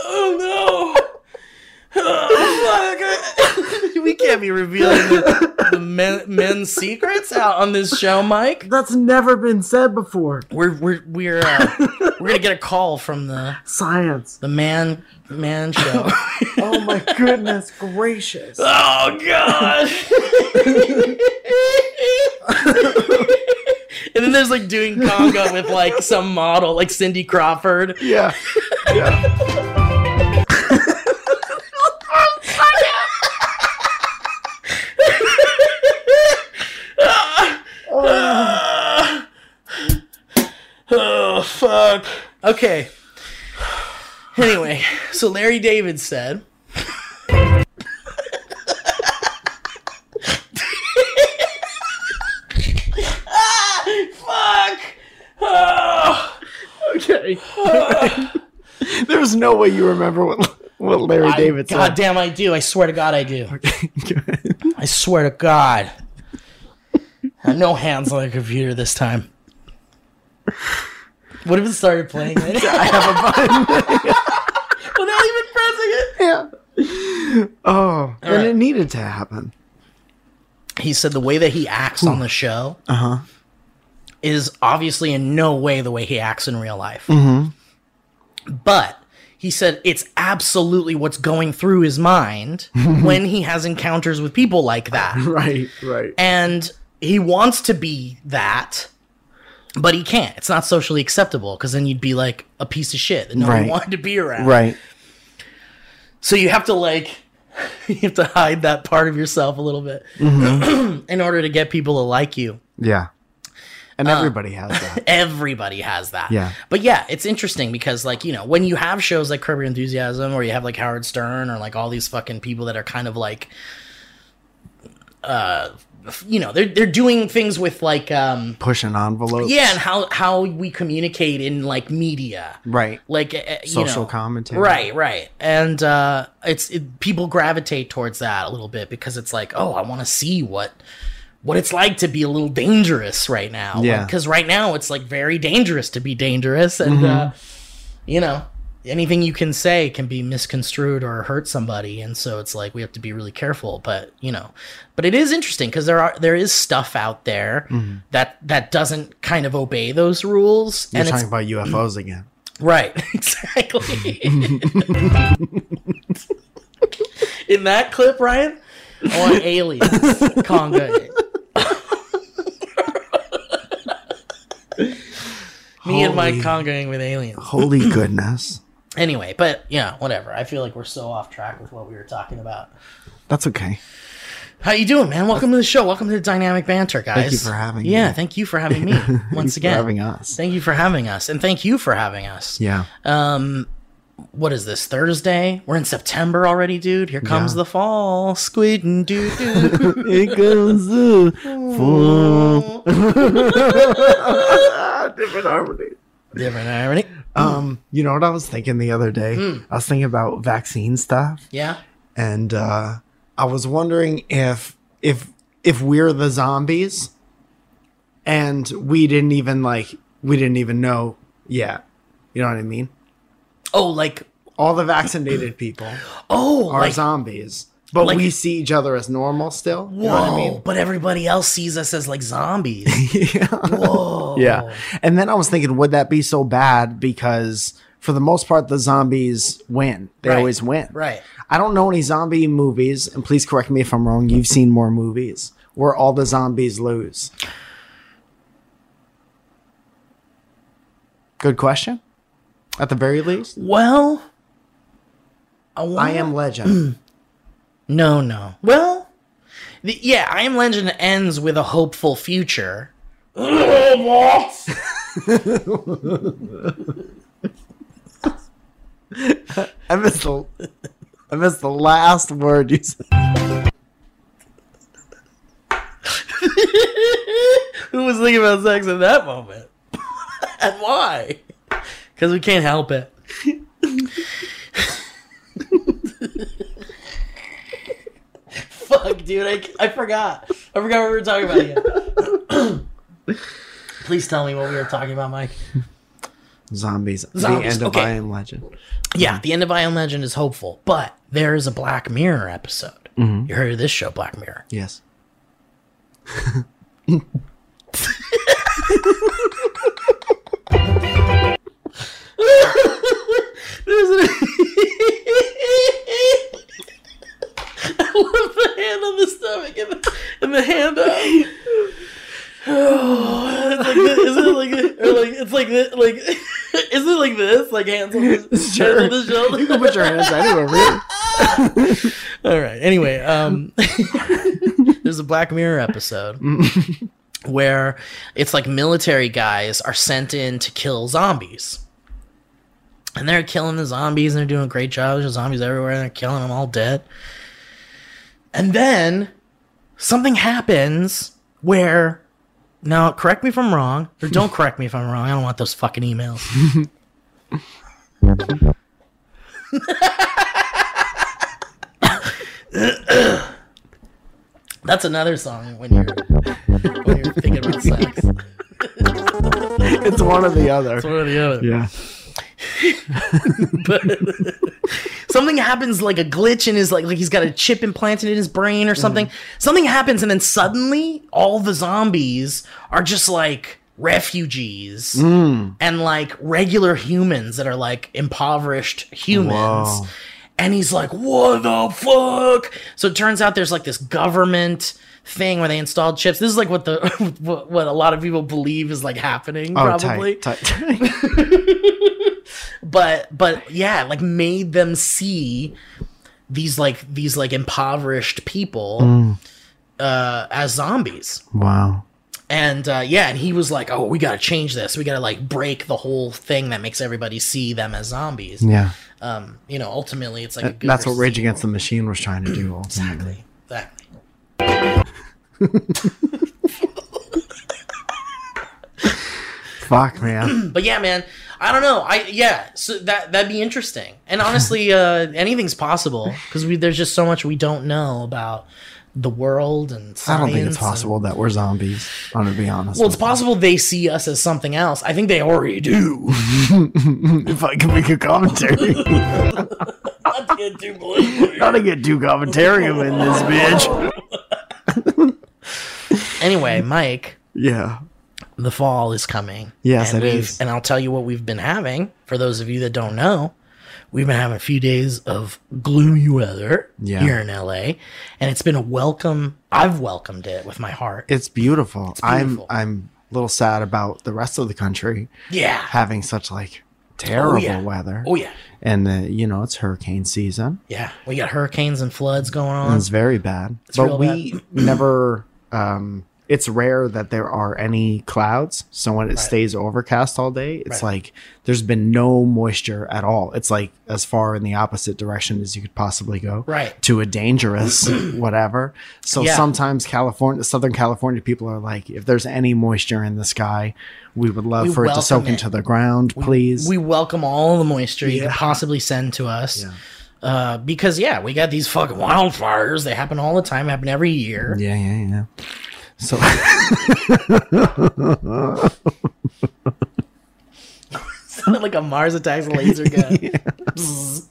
Speaker 4: oh, no! Oh fuck! [LAUGHS] we can't be revealing the, the men, men's secrets out on this show, Mike.
Speaker 5: That's never been said before.
Speaker 4: We're we're we're uh, we're gonna get a call from the
Speaker 5: Science.
Speaker 4: the man man show.
Speaker 5: [LAUGHS] Oh my goodness gracious.
Speaker 4: [LAUGHS] oh god! [LAUGHS] and then there's like doing conga with like some model, like Cindy Crawford.
Speaker 5: Yeah.
Speaker 4: Oh fuck. Okay. Anyway, so Larry David said Ah, fuck. Oh,
Speaker 5: Okay. There's no way you remember what what Larry
Speaker 4: I-
Speaker 5: David said.
Speaker 4: God damn I do. I swear to god I do.
Speaker 5: Good.
Speaker 4: I swear to god. no hands on the computer this time. What if it started playing it?
Speaker 5: [LAUGHS] I have a button.
Speaker 4: [LAUGHS] Without even pressing it.
Speaker 5: [LAUGHS] Yeah. Oh, and
Speaker 4: right.
Speaker 5: it needed to happen.
Speaker 4: he said the way that he acts on the show
Speaker 5: Uh-huh.
Speaker 4: is obviously in no way the way he acts in real life.
Speaker 5: Mm-hmm.
Speaker 4: But he said it's absolutely what's going through his
Speaker 5: [LAUGHS]
Speaker 4: mind when he has encounters with people like that.
Speaker 5: Right, right.
Speaker 4: And he wants to be that, but he can't. It's not socially acceptable because then you'd be like a piece of shit that no
Speaker 5: Right.
Speaker 4: one wanted to be around.
Speaker 5: Right.
Speaker 4: So you have to like [LAUGHS] you have to hide that part of yourself a little bit
Speaker 5: Mm-hmm.
Speaker 4: [CLEARS THROAT] in order to get people to like you.
Speaker 5: Yeah. And
Speaker 4: Uh.
Speaker 5: everybody has that.
Speaker 4: everybody has that.
Speaker 5: Yeah.
Speaker 4: But yeah, it's interesting because like, you know, when you have shows like Curb Your Enthusiasm or you have like Howard Stern or like all these fucking people that are kind of like uh f- you know, they're they're doing things with like um
Speaker 5: Push an envelope.
Speaker 4: yeah, and how how we communicate in like media.
Speaker 5: Right.
Speaker 4: Like uh, uh, you
Speaker 5: Social
Speaker 4: know.
Speaker 5: commentary.
Speaker 4: Right, right. And uh it's it, people gravitate towards that a little bit because it's like, "Oh, I want to see what what it's like to be a little dangerous right now.
Speaker 5: Yeah. Mm-hmm.
Speaker 4: Because right now it's like very dangerous to be dangerous. And, uh, you know, anything you can say can be misconstrued or hurt somebody and so it's like we have to be really careful but you know but it is interesting because there are there is stuff out there
Speaker 5: Mm-hmm.
Speaker 4: that that doesn't kind of obey those rules
Speaker 5: You're
Speaker 4: and it's
Speaker 5: talking about UFOs again.
Speaker 4: right [LAUGHS] exactly in that clip ryan i want aliens conga me and mike
Speaker 5: Holy-
Speaker 4: congaing with aliens
Speaker 5: Holy goodness.
Speaker 4: anyway but yeah whatever i feel like we're so off track with what we were talking about
Speaker 5: That's okay.
Speaker 4: how you doing man welcome to the show welcome to dynamic banter guys
Speaker 5: you for having
Speaker 4: yeah
Speaker 5: me.
Speaker 4: thank you for
Speaker 5: [LAUGHS]
Speaker 4: having me once
Speaker 5: for
Speaker 4: again
Speaker 5: having us.
Speaker 4: thank you for having us and thank you for having us
Speaker 5: Yeah.
Speaker 4: um what is this thursday we're in september already dude here comes the fall squid and doo
Speaker 5: [LAUGHS]
Speaker 4: doo
Speaker 5: it goes uh, full. Different harmony.
Speaker 4: different irony
Speaker 5: Um, you know what I was thinking the other day? I was thinking about vaccine stuff,
Speaker 4: yeah
Speaker 5: and uh, I was wondering if if if we're the zombies, and we didn't even like we didn't even know yet. You know what I mean?
Speaker 4: oh like
Speaker 5: All the vaccinated people
Speaker 4: oh
Speaker 5: are
Speaker 4: like,
Speaker 5: zombies, but
Speaker 4: like-
Speaker 5: we see each other as normal still. You
Speaker 4: whoa
Speaker 5: know what I mean?
Speaker 4: but everybody else sees us as like zombies [LAUGHS] whoa
Speaker 5: Yeah. And then I was thinking, would that be so bad? Because for the most part, the zombies win. They
Speaker 4: Right.
Speaker 5: always win.
Speaker 4: right
Speaker 5: I don't know any zombie movies, and please correct me if I'm wrong. You've seen more movies where all the zombies lose. Good question. At the very least,
Speaker 4: Well, I,
Speaker 5: I
Speaker 4: wanna-
Speaker 5: am legend.
Speaker 4: No, no. Well, the, yeah, I am Legend ends with a hopeful future.
Speaker 5: [CLEARS THROAT] I missed the, I missed the last word you said.
Speaker 4: Who was thinking about sex in that moment? [LAUGHS] and why? Because we can't help it. [LAUGHS] Fuck, dude, I, I forgot. I forgot what we were talking about again. [COUGHS] Please tell me what we were talking about, Mike.
Speaker 5: Zombies. The
Speaker 4: Zombies,
Speaker 5: end of
Speaker 4: okay.
Speaker 5: I am legend.
Speaker 4: Yeah, the end of I Am Legend is hopeful, but there is a Black Mirror episode. You heard of this show, Black Mirror.
Speaker 5: Yes.
Speaker 4: There's an- [LAUGHS] I love the hand on the stomach and the, and the hand up. [SIGHS] Oh, it's like this, is it like this, or like it's like this, like [LAUGHS] is it like this like hands on the,
Speaker 5: [LAUGHS] Sure.
Speaker 4: hands on the shoulder?
Speaker 5: You can put your hands anywhere, really.
Speaker 4: All right. Anyway, um, [LAUGHS] there's a Black Mirror episode where it's like military guys are sent in to kill zombies. And they're killing the zombies and they're doing a great job. There's zombies everywhere and they're killing them all dead. And then something happens where, now correct me if I'm wrong, or don't correct me if I'm wrong. I don't want those fucking emails. That's another song when you're when you're thinking about sex.
Speaker 5: [LAUGHS] It's one or the other.
Speaker 4: One or the other.
Speaker 5: Yeah.
Speaker 4: [LAUGHS] Something happens like a glitch in his like like he's got a chip implanted in his brain or something.
Speaker 5: Mm-hmm.
Speaker 4: Something happens and then suddenly all the zombies are just like refugees
Speaker 5: Mm.
Speaker 4: and like regular humans that are like impoverished humans.
Speaker 5: Whoa.
Speaker 4: And he's like, "What the fuck?" So it turns out there's like this government thing where they installed chips. This is like what the [LAUGHS] what, what a lot of people believe is like happening
Speaker 5: Oh,
Speaker 4: probably.
Speaker 5: tight, tight,
Speaker 4: [LAUGHS]
Speaker 5: tight.
Speaker 4: but but yeah like made them see these like these like impoverished people
Speaker 5: Mm.
Speaker 4: uh as zombies
Speaker 5: wow.
Speaker 4: and uh yeah and he was like oh we gotta change this we gotta like break the whole thing that makes everybody see them as zombies
Speaker 5: Yeah.
Speaker 4: um you know ultimately it's like a good
Speaker 5: That's what
Speaker 4: versus-
Speaker 5: Rage Against the Machine was trying to do. Ultimately.
Speaker 4: exactly exactly
Speaker 5: Fuck, man.
Speaker 4: but yeah man i don't know i yeah so that that'd be
Speaker 5: [LAUGHS]
Speaker 4: interesting and honestly uh anything's possible because we there's just so much we don't know about the world and
Speaker 5: I
Speaker 4: science.
Speaker 5: don't think it's
Speaker 4: and-
Speaker 5: possible that we're zombies. I'm gonna be honest.
Speaker 4: well, it's possible they see us as something else. I think they already do.
Speaker 5: [LAUGHS] if I can make
Speaker 4: [LAUGHS]
Speaker 5: a commentary,
Speaker 4: Not to get too political.
Speaker 5: gotta get two commentarium in this bitch.
Speaker 4: Anyway, Mike,
Speaker 5: Yeah.
Speaker 4: the fall is coming.
Speaker 5: Yes,
Speaker 4: and
Speaker 5: it
Speaker 4: we've-
Speaker 5: is.
Speaker 4: And I'll tell you what we've been having. For those of you that don't know, we've been having a few days of gloomy weather
Speaker 5: Yeah.
Speaker 4: here in LA, and it's been a welcome. I've welcomed it with my heart.
Speaker 5: It's beautiful. I'm
Speaker 4: beautiful.
Speaker 5: I'm a little sad about the rest of the country
Speaker 4: yeah.
Speaker 5: having such like terrible
Speaker 4: Oh, yeah.
Speaker 5: weather.
Speaker 4: Oh yeah.
Speaker 5: And uh, you know it's hurricane season.
Speaker 4: Yeah. We got hurricanes and floods going
Speaker 5: and
Speaker 4: on.
Speaker 5: It's very bad.
Speaker 4: real
Speaker 5: but we never. Um, it's rare that there are any clouds. So when it stays overcast all day, it's
Speaker 4: Right.
Speaker 5: like there's been no moisture at all. It's like as far in the opposite direction as you could possibly go.
Speaker 4: Right.
Speaker 5: To a dangerous [CLEARS THROAT] whatever. So
Speaker 4: Yeah.
Speaker 5: sometimes California, Southern California people are like, if there's any moisture in the sky, we would love
Speaker 4: We
Speaker 5: for it to soak
Speaker 4: welcome it.
Speaker 5: into the ground, please.
Speaker 4: We welcome all the moisture you could possibly send to us. Uh, because yeah, we got these fucking wildfires. They happen all the time. Happen every year.
Speaker 5: yeah, yeah, yeah. So
Speaker 4: [LAUGHS] like a Mars attacks laser
Speaker 5: [LAUGHS]
Speaker 4: gun. Bzzz.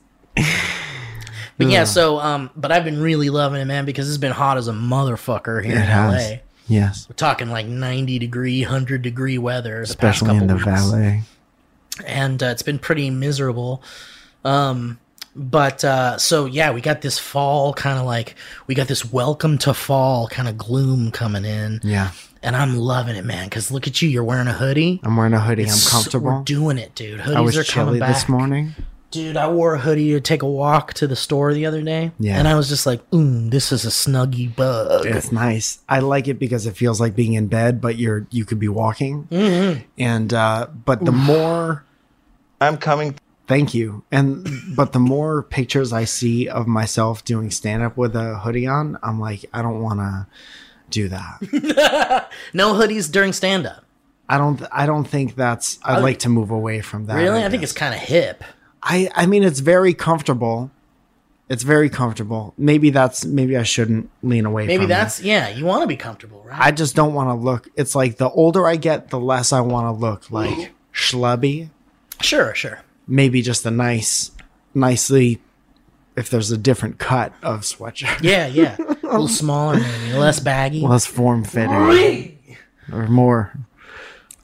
Speaker 4: But yeah, so um, but I've been really loving it, man, because it's been hot as a motherfucker here [LAUGHS]
Speaker 5: It
Speaker 4: in
Speaker 5: has.
Speaker 4: LA.
Speaker 5: yes,
Speaker 4: We're talking like ninety degree, hundred degree weather, the
Speaker 5: especially
Speaker 4: past
Speaker 5: in the
Speaker 4: couple weeks.
Speaker 5: valley.
Speaker 4: and uh, it's been pretty miserable. Um, but uh, so yeah, we got this fall kind of like we got this welcome to fall kind of gloom coming in,
Speaker 5: Yeah.
Speaker 4: and I'm loving it, man. Because look at you, you're wearing a hoodie.
Speaker 5: I'm wearing a hoodie. I'm
Speaker 4: So-
Speaker 5: comfortable.
Speaker 4: We're doing it, dude. Hoodies
Speaker 5: I was
Speaker 4: are coming
Speaker 5: chilly
Speaker 4: back.
Speaker 5: this morning.
Speaker 4: Dude, I wore a hoodie to take a walk to the store the other day.
Speaker 5: Yeah.
Speaker 4: And I was just like, mm, this is a snuggy bug.
Speaker 5: It's nice. I like it because it feels like being in bed, but you're you could be walking.
Speaker 4: Mm-hmm.
Speaker 5: And uh, but the more
Speaker 10: I'm coming.
Speaker 5: thank you, and but the more pictures I see of myself doing stand up with a hoodie on, I'm like, I don't want to
Speaker 4: [LAUGHS]
Speaker 5: do that.
Speaker 4: No hoodies during stand up.
Speaker 5: I don't. I don't think that's. I'd like to move away from that.
Speaker 4: Really? I think it's kind of hip.
Speaker 5: I I mean it's very comfortable. It's very comfortable. Maybe that's maybe I shouldn't lean away
Speaker 4: Maybe
Speaker 5: from that.
Speaker 4: that's, yeah, you want to be comfortable, right?
Speaker 5: I just don't want to look. It's like the older I get, the less I want to look like schlubby.
Speaker 4: sure, sure.
Speaker 5: Maybe just a nice, nicely, if there's a different cut of sweatshirt,
Speaker 4: Yeah, yeah. a little smaller, maybe. Less baggy.
Speaker 5: [LAUGHS] less form fitting, or more,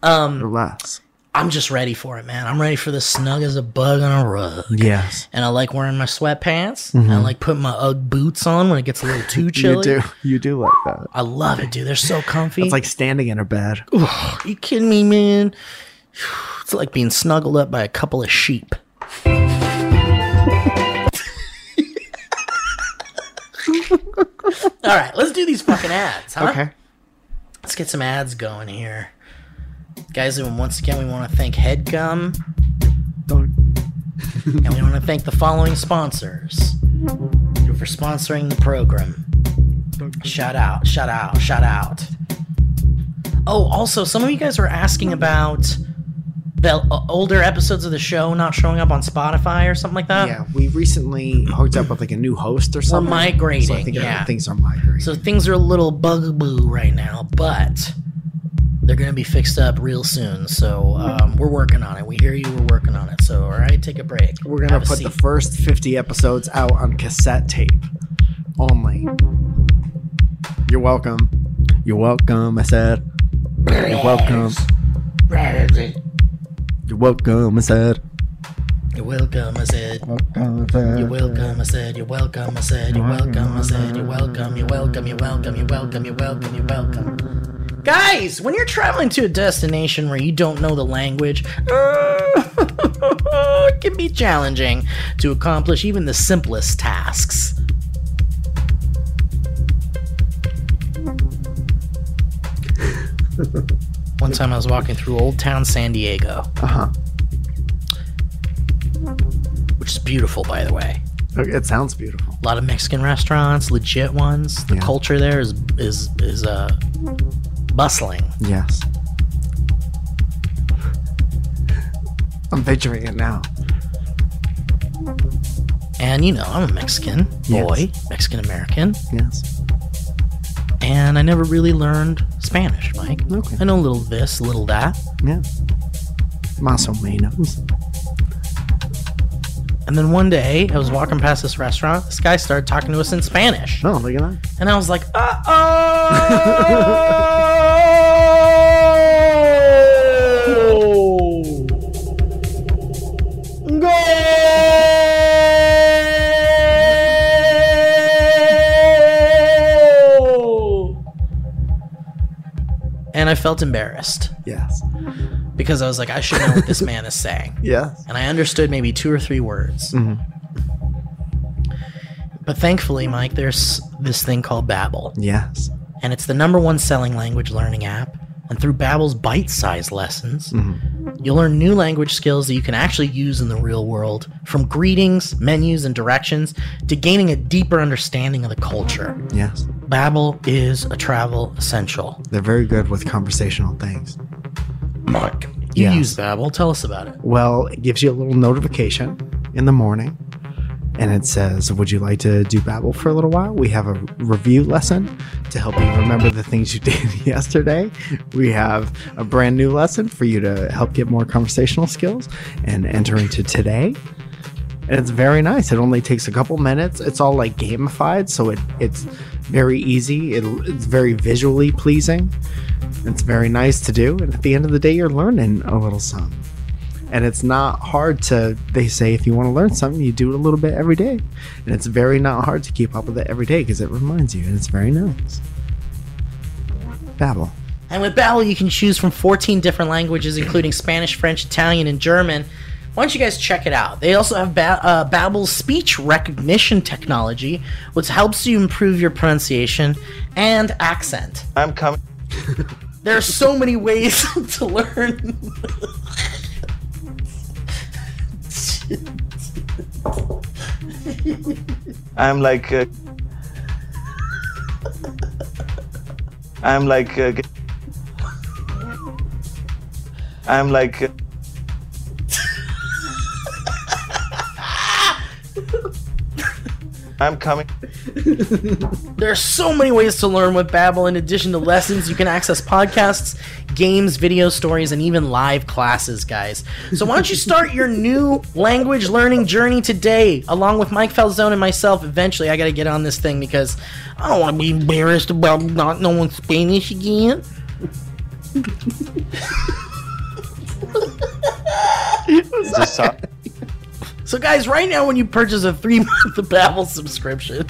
Speaker 5: um, or less.
Speaker 4: I'm just ready for it, man. I'm ready for the snug as a bug on a rug.
Speaker 5: Yes,
Speaker 4: And I like wearing my sweatpants. And I like putting my Ugg boots on when it gets a little too chilly.
Speaker 5: Mm-hmm. [LAUGHS] you do. You do like that.
Speaker 4: I love it, dude. They're so comfy.
Speaker 5: It's like standing in a bed.
Speaker 4: You kidding me, man? [SIGHS] It's like being snuggled up by a couple of
Speaker 5: [LAUGHS]
Speaker 4: sheep. All right, let's do these fucking ads, huh?
Speaker 5: Okay.
Speaker 4: Let's get some ads going here. Guys, and once again, we want to thank Headgum. [LAUGHS] and we want to thank the following sponsors for sponsoring the program. Shout out, shout out, shout out. Oh, also, some of you guys were asking about the uh, older episodes of the show not showing up on Spotify or something like that.
Speaker 5: Yeah, we recently hooked up with like a new host or something.
Speaker 4: migrating,
Speaker 5: So I think
Speaker 4: yeah.
Speaker 5: things are migrating.
Speaker 4: So things are a little bugaboo right now, but they're going to be fixed up real soon. So um, we're working on it. We hear you. We're working on it. So all right, take a break.
Speaker 5: We're gonna
Speaker 4: Have a
Speaker 5: put the
Speaker 4: seat.
Speaker 5: first 50 episodes out on cassette tape only. You're welcome. You're welcome, I said. You're welcome. You're welcome, I said.
Speaker 4: You're welcome. I said. You're welcome. I said. You're welcome. I said. You're welcome. I said. You're welcome. You're welcome. You're welcome. You're welcome. You're welcome. You're welcome. Guys, when you're traveling to a destination where you don't know the language, [LAUGHS] it can be challenging to accomplish even the simplest tasks. One time I was walking through Old Town San Diego.
Speaker 5: Uh-huh.
Speaker 4: Which is beautiful, by the way.
Speaker 5: Okay, It sounds beautiful.
Speaker 4: A lot of Mexican restaurants, legit ones. The
Speaker 5: Yeah.
Speaker 4: culture there is is is uh bustling.
Speaker 5: Yes. I'm picturing it now.
Speaker 4: And you know, I'm a Mexican
Speaker 5: Yes.
Speaker 4: boy, Mexican American.
Speaker 5: Yes.
Speaker 4: and I never really learned Spanish, Mike.
Speaker 5: Okay.
Speaker 4: I know a little this, a little that.
Speaker 5: Yeah. Más o menos.
Speaker 4: And then one day, I was walking past this restaurant. This guy started talking to us in Spanish.
Speaker 5: Oh, look at that.
Speaker 4: And I was like, uh oh! Goal! And I felt embarrassed
Speaker 5: Yes.
Speaker 4: because I was like, I should know what this man is saying
Speaker 5: Yes.
Speaker 4: and I understood maybe two or three words. But thankfully, Mike, there's this thing called Babbel,
Speaker 5: Yes.
Speaker 4: and it's the number one selling language learning app. And through Babbel's bite-sized lessons, you'll learn new language skills that you can actually use in the real world, from greetings, menus, and directions to gaining a deeper understanding of the culture.
Speaker 5: Yes.
Speaker 4: Babbel is a travel essential.
Speaker 5: They're very good with conversational things.
Speaker 4: Mike, you
Speaker 5: Yes.
Speaker 4: use Babbel. Tell us about it.
Speaker 5: Well, it gives you a little notification in the morning and it says, Would you like to do Babel for a little while? We have a review lesson to help you remember the things you [LAUGHS] did yesterday. We have a brand new lesson for you to help get more conversational skills and enter into today. And it's very nice. It only takes a couple minutes. It's all like gamified, so it, it's very easy. It, it's very visually pleasing. It's very nice to do. And at the end of the day, you're learning a little something and it's not hard to they say if you want to learn something you do it a little bit every day and it's very not hard to keep up with it every day because it reminds you and it's very nice babel
Speaker 4: And with Babbel, you can choose from 14 different languages, including Spanish, French, Italian, and German. Why don't you guys check it out? They also have ba- uh, Babbel's speech recognition technology, which helps you improve your pronunciation and accent.
Speaker 10: I'm coming.
Speaker 4: There are so many ways [LAUGHS] to learn.
Speaker 10: I'm like. Uh, I'm like. Uh, g- I'm like. Uh, I'm coming.
Speaker 4: There are so many ways to learn with Babbel. In addition to lessons, you can access podcasts, games, video stories, and even live classes, guys. So why don't you start your new language learning journey today, along with Mike Falzone and myself. Eventually, I got to get on this thing because I don't want to be embarrassed about not knowing Spanish again. [LAUGHS]
Speaker 10: It's a so-
Speaker 4: So, guys, right now, when you purchase a three-month Babbel subscription.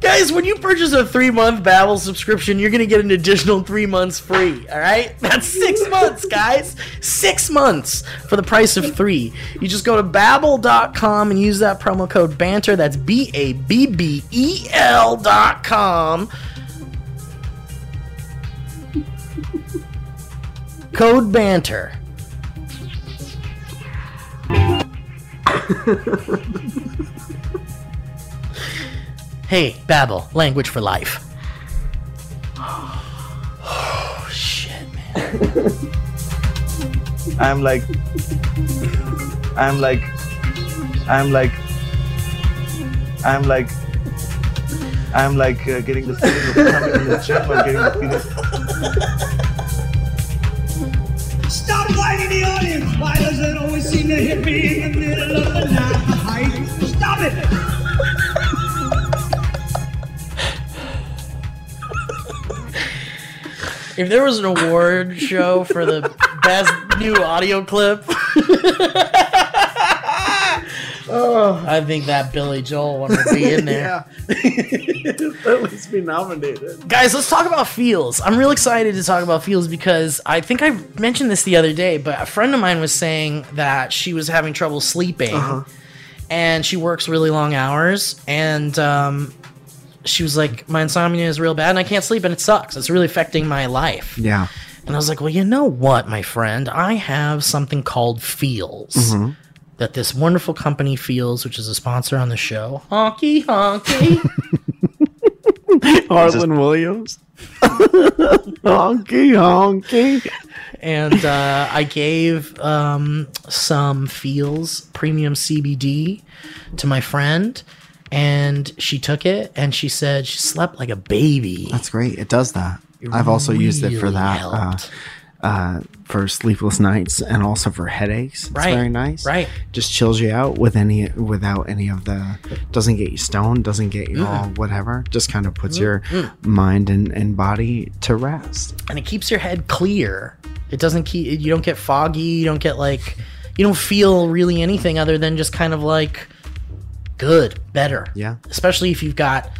Speaker 4: Guys, when you purchase a three-month Babbel subscription, you're gonna get an additional three months free. All right, [LAUGHS] that's six months, guys. Six months for the price of three. You just go to Babbel.com and use that promo code Banter. That's B-A-B-B-E-L E dot [LAUGHS] com. Code Banter. Hey, Babbel, language for life. Oh shit, man.
Speaker 10: I'm like. I'm like. I'm like. I'm like. I'm like uh, getting the feeling of coming in the gym or getting the feeling.
Speaker 2: Stop lighting the audience! Why does it always seem to hit me in the middle of the night? Stop it!
Speaker 4: If there was an award show for [LAUGHS] the best new audio clip, I think that Billy Joel one would be in there.
Speaker 5: [LAUGHS] at least be nominated
Speaker 4: Guys, let's talk about feels. I'm real excited to talk about feels because I think I mentioned this the other day, but a friend of mine was saying that she was having trouble sleeping
Speaker 5: Uh-huh.
Speaker 4: and she works really long hours. And um, she was like, My insomnia is real bad and I can't sleep and it sucks. It's really affecting my life.
Speaker 5: yeah
Speaker 4: And I was like, well, you know what, my friend? I have something called Feels that this wonderful company Feels, which is a sponsor on the show. Honky, honky.
Speaker 10: [LAUGHS]
Speaker 5: harlan williams honky honky
Speaker 4: and uh, I gave um, some feels premium CBD to my friend, and she took it and she said she slept like a baby.
Speaker 5: That's great. It does that. I've also used it for
Speaker 4: really
Speaker 5: that, uh,
Speaker 4: helped.
Speaker 5: uh, for sleepless nights and also for headaches. It's
Speaker 4: Right,
Speaker 5: very nice.
Speaker 4: right.
Speaker 5: Just chills you out with any without any of the doesn't get you stoned, doesn't get you all whatever. Just kind of puts your mind and, and body to rest.
Speaker 4: and it keeps your head clear. It doesn't keep you don't get foggy, you don't get like you don't feel really anything other than just kind of like good, better.
Speaker 5: Yeah.
Speaker 4: Especially if you've got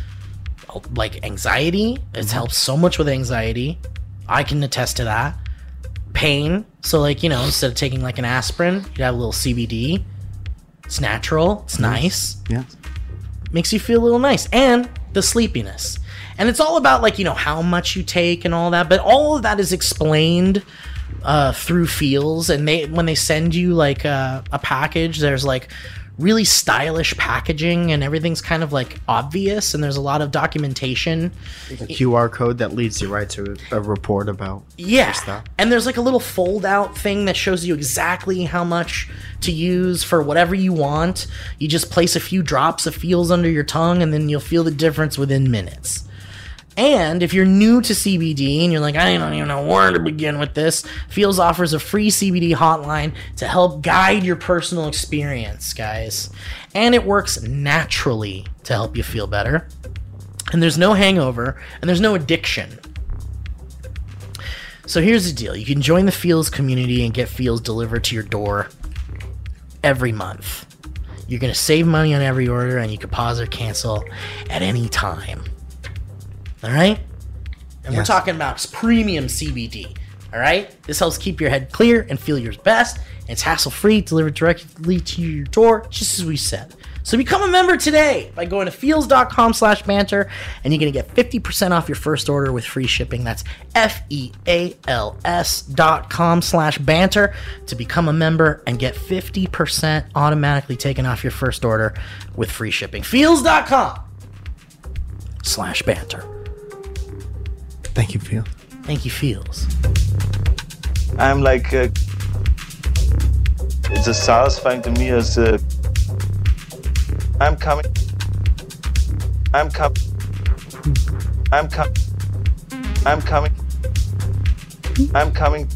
Speaker 4: like anxiety, it helps so much with anxiety. I can attest to that. Pain, so like, you know, instead of taking like an aspirin, you have a little CBD. It's natural, it's nice
Speaker 5: Yeah.
Speaker 4: makes you feel a little nice and the sleepiness and it's all about like you know how much you take and all that but all of that is explained uh, through feels and they when they send you like uh, a package there's like really stylish packaging and everything's kind of like obvious and there's a lot of documentation
Speaker 5: The QR code that leads you right to a, a report about
Speaker 4: yeah.
Speaker 5: stuff.
Speaker 4: And there's like a little fold out thing that shows you exactly how much to use for whatever you want. You just place a few drops of feels under your tongue and then you'll feel the difference within minutes. And if you're new to CBD and you're like, I don't even know where to begin with this, Feels offers a free CBD hotline to help guide your personal experience, guys. And it works naturally to help you feel better. And there's no hangover and there's no addiction. So here's the deal you can join the Feels community and get Feels delivered to your door every month. You're going to save money on every order and you can pause or cancel at any time. All right? And we're
Speaker 5: Yes.
Speaker 4: talking about premium CBD. All right? This helps keep your head clear and feel your best. It's hassle free, delivered directly to your door, just as we said. So become a member today by going to feels.com slash banter and you're going to get 50% off your first order with free shipping. That's E F-E-A-L-S dot com slash banter to become a member and get 50% automatically taken off your first order with free shipping. Feels.com slash banter.
Speaker 5: Thank you, Phil.
Speaker 4: Thank you, Feels.
Speaker 10: I'm like, uh, it's as satisfying to me as uh, I'm coming. I'm coming. I'm coming. I'm coming. I'm coming.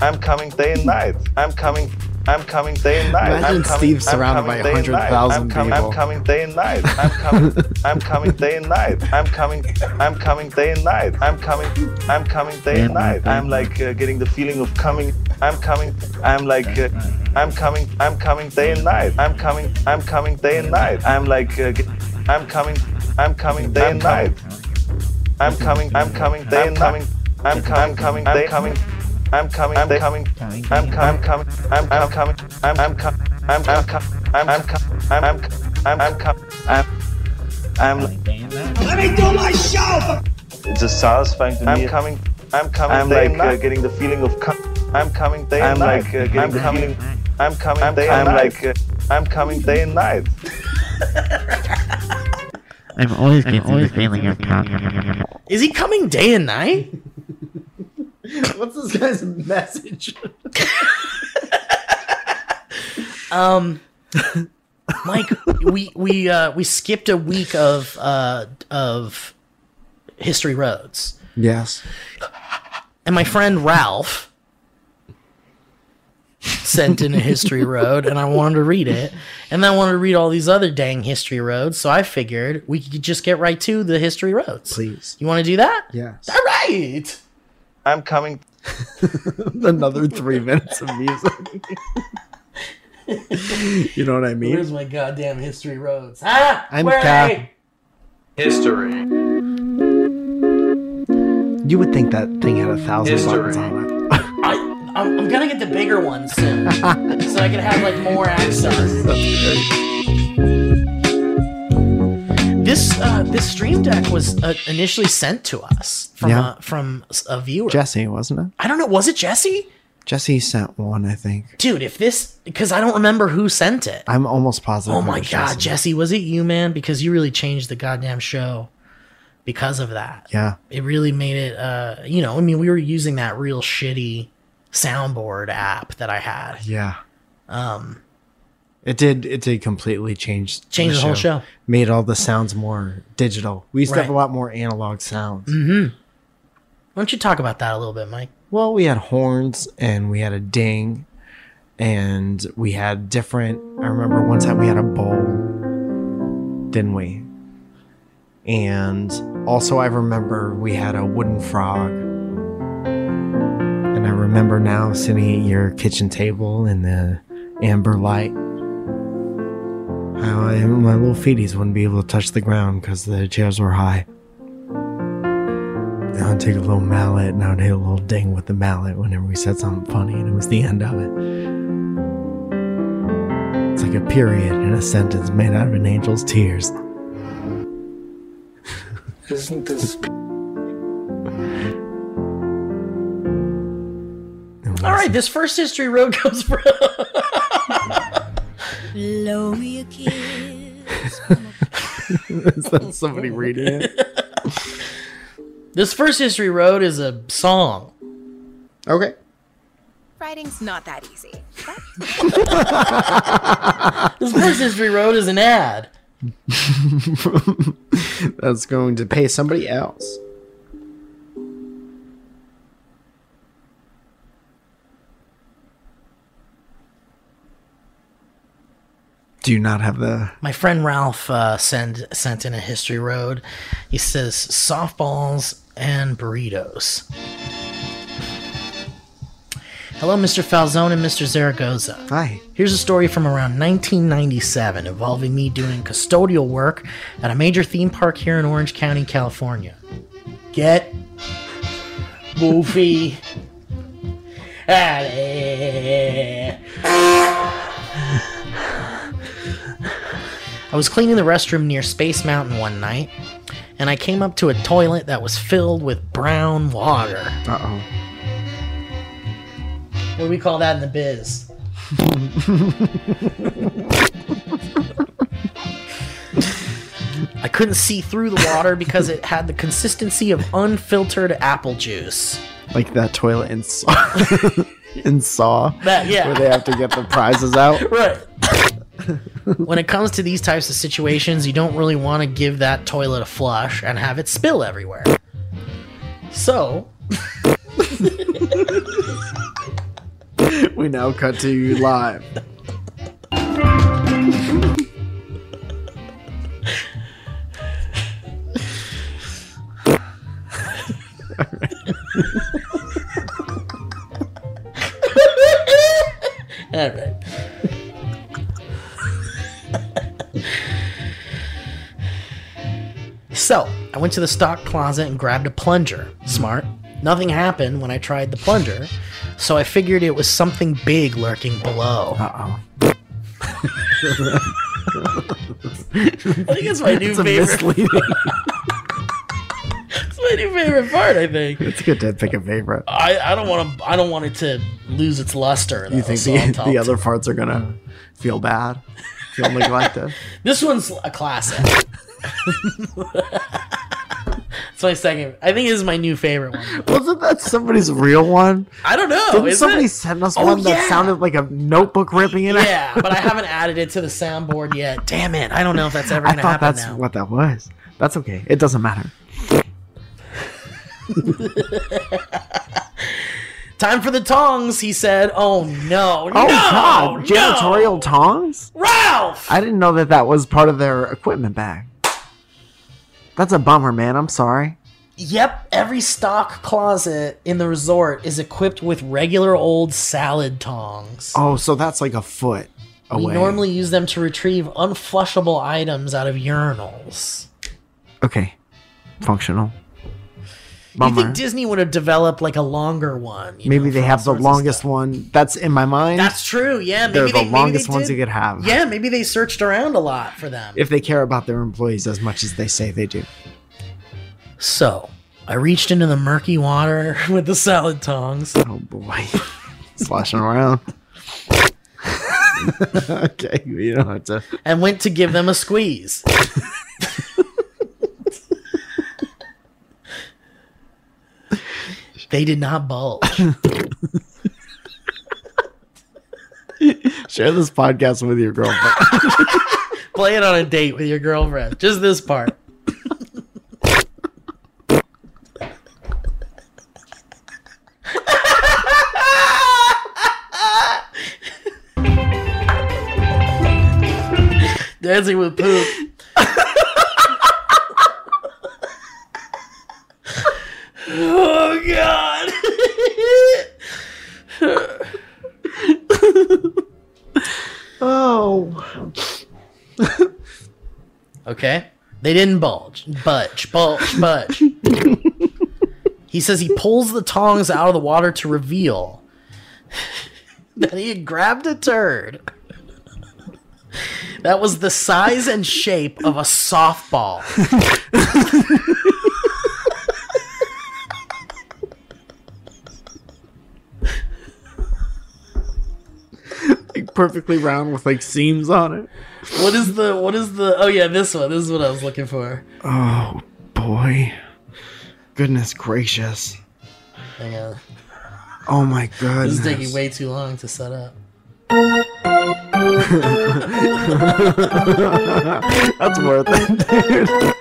Speaker 10: I'm coming day and night. I'm coming. I'm coming day and night.
Speaker 5: Imagine
Speaker 10: I'm coming,
Speaker 5: Steve
Speaker 10: I'm
Speaker 5: surrounded
Speaker 10: coming
Speaker 5: by
Speaker 10: day and
Speaker 5: 100,000
Speaker 10: night. I'm com-
Speaker 5: people.
Speaker 10: I'm coming day and night.
Speaker 5: [LAUGHS]
Speaker 10: I'm coming. I'm coming day and night. I'm coming. I'm coming day and night. I'm coming. I'm coming day and night. I'm like uh, getting the feeling of coming. I'm coming. I'm like. Uh, I'm coming. I'm coming day and night. I'm coming. I'm coming day and night. I'm like. Uh, ge- I'm coming. I'm coming day and night. I'm coming, I'm coming, they I'm coming, I'm coming, coming, they coming, I'm coming, I'm coming, I'm coming, I'm coming, I'm I'm coming, I'm I'm coming, I'm I'm coming, I'm I'm coming, I'm I'm I'm I'm coming, I'm I'm
Speaker 2: Let me do my show.
Speaker 10: it's just satisfying to me. I'm coming, I'm coming, I'm like uh, getting the feeling of com- I'm coming, they I'm like uh, getting the feeling, I'm coming, they I'm like uh, I'm coming day and night.
Speaker 8: I'm always getting the feeling of coming.
Speaker 4: Is he coming day and night?
Speaker 5: [LAUGHS] What's this
Speaker 4: [LAUGHS]
Speaker 5: guy's message?
Speaker 4: Um, Mike, we we uh, we skipped a week of uh, of history roads,
Speaker 5: Yes.
Speaker 4: and my friend Ralph sent in a history road, and I wanted to read it, and then I wanted to read all these other dang history roads. So I figured we could just get right to the history roads.
Speaker 5: Please.
Speaker 4: you want to do that?
Speaker 5: Yes.
Speaker 4: All right.
Speaker 10: I'm coming,
Speaker 5: [LAUGHS] Another three minutes of music. [LAUGHS] you know what I mean?
Speaker 4: Where's my goddamn history roads? Ah,
Speaker 5: I'm
Speaker 4: where are
Speaker 5: Cap.
Speaker 4: they?
Speaker 5: You would think that thing had a thousand buttons on it.
Speaker 4: I, I'm, I'm gonna get the bigger one soon, so I can have like more access. This uh, this stream deck was uh, initially sent to us from
Speaker 5: Yeah.
Speaker 4: a, from s- a viewer.
Speaker 5: Jesse, wasn't it?
Speaker 4: I don't know. Was it Jesse?
Speaker 5: Jesse sent one, I think.
Speaker 4: Dude, if this because I don't remember who sent it.
Speaker 5: I'm almost positive.
Speaker 4: Oh my
Speaker 5: it was
Speaker 4: god,
Speaker 5: Jesse.
Speaker 4: Jesse, was it you, man? Because you really changed the goddamn show because of that.
Speaker 5: Yeah.
Speaker 4: It really made it. Uh, you know, I mean, we were using that real shitty soundboard app that I had.
Speaker 5: Yeah.
Speaker 4: Um,
Speaker 5: It did. It did completely change.
Speaker 4: Change the whole show.
Speaker 5: Made all the sounds more digital. We used to have a
Speaker 4: Right.
Speaker 5: lot more analog sounds.
Speaker 4: why don't you talk about that a little bit, Mike?
Speaker 5: Well, we had horns and we had a ding, and we had different. I remember one time we had a bowl, didn't we? And also, I remember we had a wooden frog. And I remember now sitting at your kitchen table in the amber light. How I, my little feeties wouldn't be able to touch the ground because the chairs were high. And I'd take a little mallet and I'd hit a little ding with the mallet whenever we said something funny, and it was the end of it. It's like a period in a sentence made out of an angel's tears.
Speaker 7: Isn't this
Speaker 5: It was-
Speaker 4: All right, this first history road [LAUGHS] goes from
Speaker 11: Blow me a kiss.
Speaker 5: Is that [LAUGHS] somebody reading it?
Speaker 4: this first history road is a song.
Speaker 5: [LAUGHS] Okay.
Speaker 12: Writing's not that easy.
Speaker 4: This first history road is an ad.
Speaker 5: That's going to pay somebody else. Do you not have the.
Speaker 4: My friend Ralph uh, send sent in a history road. He says softballs and burritos. Hello, Mr. Falzone and Mr. Zaragoza.
Speaker 5: Hi.
Speaker 4: Here's a story from around 1997 involving me doing custodial work at a major theme park here in Orange County, California. Get Goofy out of here. I was cleaning the restroom near Space Mountain one night, and I came up to a toilet that was filled with brown water.
Speaker 5: Uh oh.
Speaker 4: What do we call that in the biz? I couldn't see through the water because it had the consistency of unfiltered apple juice.
Speaker 5: Like that toilet in Saw. [LAUGHS] in Saw.
Speaker 4: That- yeah.
Speaker 5: Where they have to get the prizes out.
Speaker 4: Right. when it comes to these types of situations, you don't really want to give that toilet a flush and have it spill everywhere. So,
Speaker 5: We now cut to you
Speaker 4: [LAUGHS]
Speaker 5: live.
Speaker 4: all right. so, I went to the stock closet and grabbed a plunger. Smart. Nothing happened when I tried the plunger, so I figured it was something big lurking below.
Speaker 5: Uh
Speaker 4: I think that's my new
Speaker 5: It's
Speaker 4: favorite.
Speaker 5: a misleading.
Speaker 4: That's my new favorite part. I think.
Speaker 5: it's good to pick a favorite.
Speaker 4: I, I don't want to. I don't want it to lose its luster. Though,
Speaker 5: You think
Speaker 4: so
Speaker 5: the,
Speaker 4: I'll- I'll-
Speaker 5: [LAUGHS] the other parts are gonna feel bad, feel neglected?
Speaker 4: This one's a classic. it's my second. I think this is my new favorite one.
Speaker 5: Wasn't that somebody's real one?
Speaker 4: I don't know.
Speaker 5: Didn't
Speaker 4: Oh, is
Speaker 5: somebody
Speaker 4: it?
Speaker 5: send us
Speaker 4: Oh,
Speaker 5: one that
Speaker 4: yeah.
Speaker 5: sounded like a notebook ripping in it?
Speaker 4: Yeah, but I haven't added it to the soundboard yet. Damn it! I don't know if that's ever
Speaker 5: I
Speaker 4: gonna
Speaker 5: thought
Speaker 4: happen
Speaker 5: that's
Speaker 4: now.
Speaker 5: what that was. That's okay. It doesn't matter.
Speaker 4: Time for the tongs, he said. Oh no!
Speaker 5: Oh
Speaker 4: no,
Speaker 5: God! Janitorial tongs?
Speaker 4: Ralph.
Speaker 5: I didn't know that that was part of their equipment bag. That's a bummer, man. I'm sorry.
Speaker 4: Yep, every stock closet in the resort is equipped with regular old salad tongs.
Speaker 5: Oh, so that's like a foot away.
Speaker 4: We normally use them to retrieve unflushable items out of urinals.
Speaker 5: okay, functional.
Speaker 4: You
Speaker 5: Bummer.
Speaker 4: think Disney would have developed like a longer one? you
Speaker 5: Maybe
Speaker 4: know,
Speaker 5: they
Speaker 4: for all
Speaker 5: have the
Speaker 4: sorts of
Speaker 5: longest
Speaker 4: stuff.
Speaker 5: one. That's in my mind.
Speaker 4: That's true. Yeah, maybe
Speaker 5: They're
Speaker 4: they,
Speaker 5: the
Speaker 4: maybe they
Speaker 5: longest ones
Speaker 4: did-
Speaker 5: you could have.
Speaker 4: Yeah, maybe they searched around a lot for them.
Speaker 5: If they care about their employees as much as they say they do.
Speaker 4: so, I reached into the murky water [LAUGHS] with the salad tongs.
Speaker 5: Oh boy. [LAUGHS] Sloshing around. [LAUGHS] okay, you don't have to.
Speaker 4: and went to give them a
Speaker 5: [LAUGHS]
Speaker 4: squeeze. they did not bulge.
Speaker 5: Share this podcast with your girlfriend. [LAUGHS]
Speaker 4: Play it on a date with your girlfriend. Just this part. Dancing with poop. oh [LAUGHS] god.
Speaker 5: oh.
Speaker 4: okay. They didn't bulge. Budge, bulge, [LAUGHS] budge. he says he pulls the tongs out of the water to reveal that he had grabbed a turd. That was the size and shape of a softball.
Speaker 5: Like perfectly round with like seams on it.
Speaker 4: What is the what is the oh yeah, this one. This is what I was looking for.
Speaker 5: Oh boy. Goodness gracious.
Speaker 4: Hang on.
Speaker 5: Oh my
Speaker 4: This
Speaker 5: goodness.
Speaker 4: is taking way too long to set up.
Speaker 5: That's worth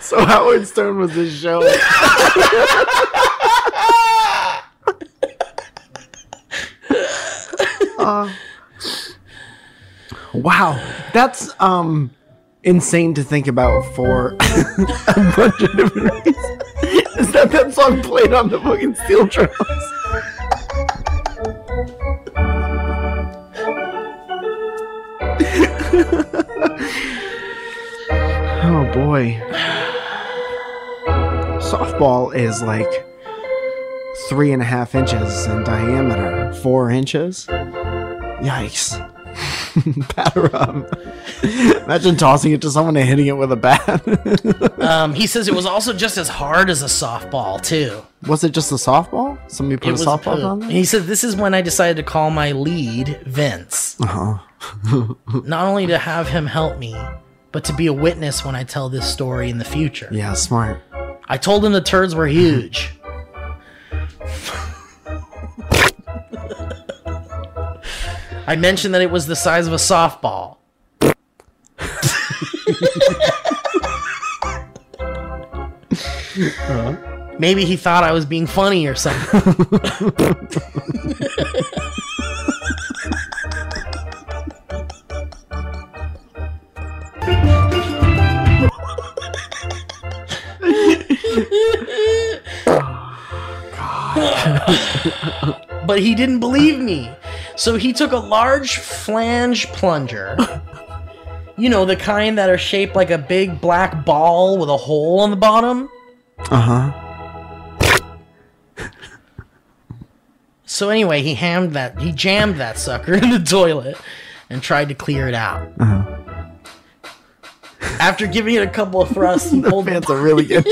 Speaker 5: So Howard Stern was his show. Uh, wow, that's um insane to think about for [LAUGHS] a bunch of different reasons. Is that that song played on the fucking steel drums? [LAUGHS] oh boy. Softball is like three and a half inches in diameter, four inches. Yikes. [LAUGHS] Batter up. Imagine tossing it to someone and hitting it with a bat. [LAUGHS]
Speaker 4: Um, he says it was also just as hard as a softball too.
Speaker 5: was it just a softball? Somebody put
Speaker 4: It
Speaker 5: a
Speaker 4: was
Speaker 5: softball
Speaker 4: poop.
Speaker 5: on
Speaker 4: And
Speaker 5: there?
Speaker 4: He said this is when I decided to call my lead Vince,
Speaker 5: Uh-huh. [LAUGHS]
Speaker 4: not only to have him help me, but to be a witness when I tell this story in the future.
Speaker 5: yeah, smart.
Speaker 4: I told him the turds were huge.
Speaker 5: [LAUGHS]
Speaker 4: I mentioned that it was the size of a
Speaker 5: [LAUGHS]
Speaker 4: softball. Maybe he thought I was being funny or something. but he didn't believe me. So he took a large flange
Speaker 5: [LAUGHS]
Speaker 4: plunger. You know, the kind that are shaped like a big black ball with a hole on the bottom.
Speaker 5: Uh-huh.
Speaker 4: So anyway, he hammed that he jammed that sucker [LAUGHS] in the toilet and tried to clear it out.
Speaker 5: Uh-huh.
Speaker 4: After giving it a couple of thrusts,
Speaker 5: [LAUGHS]
Speaker 4: he pulled
Speaker 5: Fans are
Speaker 4: [LAUGHS]
Speaker 5: really good.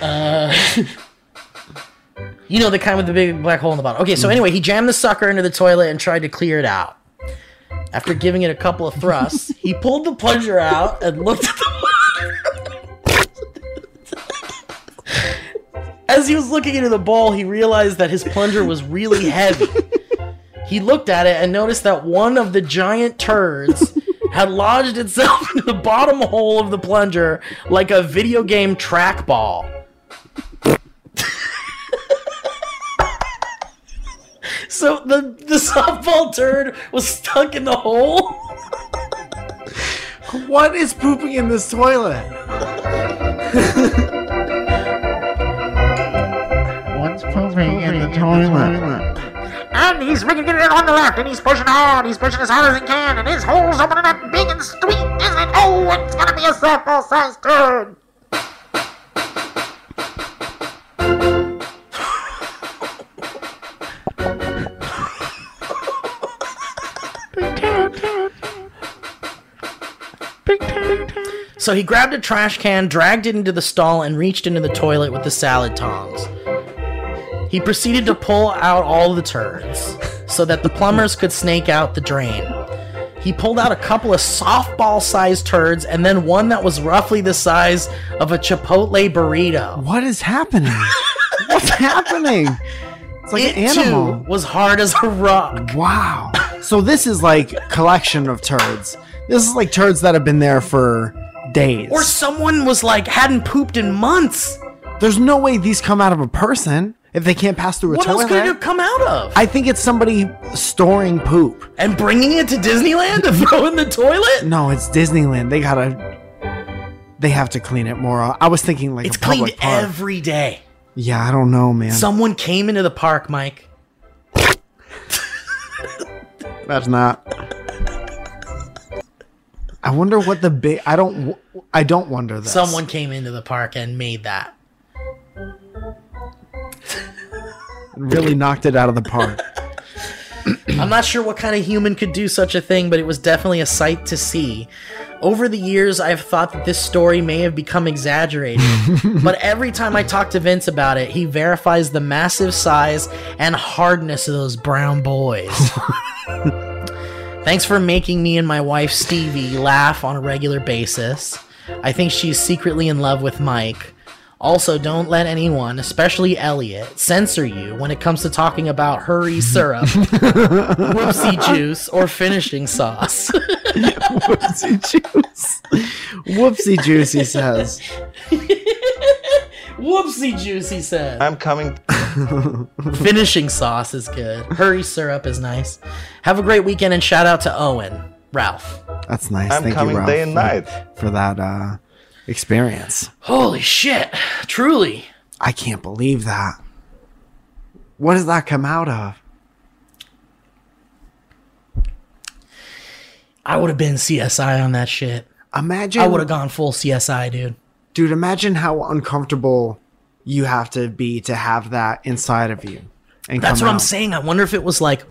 Speaker 4: Uh, you know the kind with the big black hole in the bottom. Okay, so anyway, he jammed the sucker into the toilet and tried to clear it out. After giving it a couple of thrusts, he pulled the plunger out and looked at the water. As he was looking into the ball, he realized that his plunger was really heavy. He looked at it and noticed that one of the giant turds had lodged itself [LAUGHS] into the bottom hole of the plunger like a video game trackball. So the the softball turd was stuck in the hole.
Speaker 5: what is pooping in this toilet?
Speaker 8: One's pooping in the toilet.
Speaker 9: And he's rigging it on the left, and he's pushing hard, he's pushing as hard as he can, and his hole's opening up big and sweet, isn't it? Oh, it's gonna be a softball sized turd!
Speaker 4: So he grabbed a trash can, dragged it into the stall, and reached into the toilet with the salad tongs. He proceeded to pull out all the turds so that the plumbers could snake out the drain. He pulled out a couple of softball sized turds and then one that was roughly the size of a Chipotle burrito.
Speaker 5: What is
Speaker 4: [LAUGHS]
Speaker 5: happening? What's happening? It's like
Speaker 4: it
Speaker 5: an animal.
Speaker 4: too was hard as a rock.
Speaker 5: Wow. So this is like collection of turds. This is like turds that have been there for days.
Speaker 4: Or someone was like, hadn't pooped in months.
Speaker 5: There's no way these come out of a person if they can't pass through a
Speaker 4: What
Speaker 5: toilet.
Speaker 4: else could it have come out of?
Speaker 5: I think it's somebody storing poop.
Speaker 4: And bringing it to Disneyland to [LAUGHS] throw in the toilet?
Speaker 5: No, it's Disneyland. They gotta. They have to clean it more. I was thinking like
Speaker 4: It's
Speaker 5: a public
Speaker 4: cleaned
Speaker 5: park.
Speaker 4: every day.
Speaker 5: yeah, I don't know, man.
Speaker 4: Someone came into the park, Mike.
Speaker 5: That's not. I wonder what the big. I don't. w- I don't wonder this.
Speaker 4: Someone came into the park and made that.
Speaker 5: really knocked it out of the park.
Speaker 4: I'm not sure what kind of human could do such a thing, but it was definitely a sight to see. Over the years, I've thought that this story may have become exaggerated, but every time I talk to Vince about it, he verifies the massive size and hardness of those brown boys. Thanks for making me and my wife Stevie laugh on a regular basis. I think she's secretly in love with Mike. Also, don't let anyone, especially Elliot, censor you when it comes to talking about hurry syrup, whoopsie juice, or finishing sauce. [LAUGHS]
Speaker 5: Whoopsie juice. Whoopsie juice. He says.
Speaker 4: whoopsie juice, he said.
Speaker 10: I'm coming.
Speaker 4: Finishing sauce is good. Hurry syrup is nice. Have a great weekend and shout out to Owen, Ralph.
Speaker 5: That's nice.
Speaker 10: I'm
Speaker 5: Thank
Speaker 10: coming
Speaker 5: you, Ralph,
Speaker 10: day and
Speaker 5: for-
Speaker 10: night.
Speaker 5: for that uh, experience.
Speaker 4: Holy shit. Truly.
Speaker 5: I can't believe that. What does that come out of?
Speaker 4: I would have been CSI on that shit.
Speaker 5: Imagine
Speaker 4: I would have gone full CSI, dude.
Speaker 5: dude imagine how uncomfortable you have to be to have that inside of you and
Speaker 4: That's
Speaker 5: come
Speaker 4: what
Speaker 5: out.
Speaker 4: I'm saying. I wonder if it was like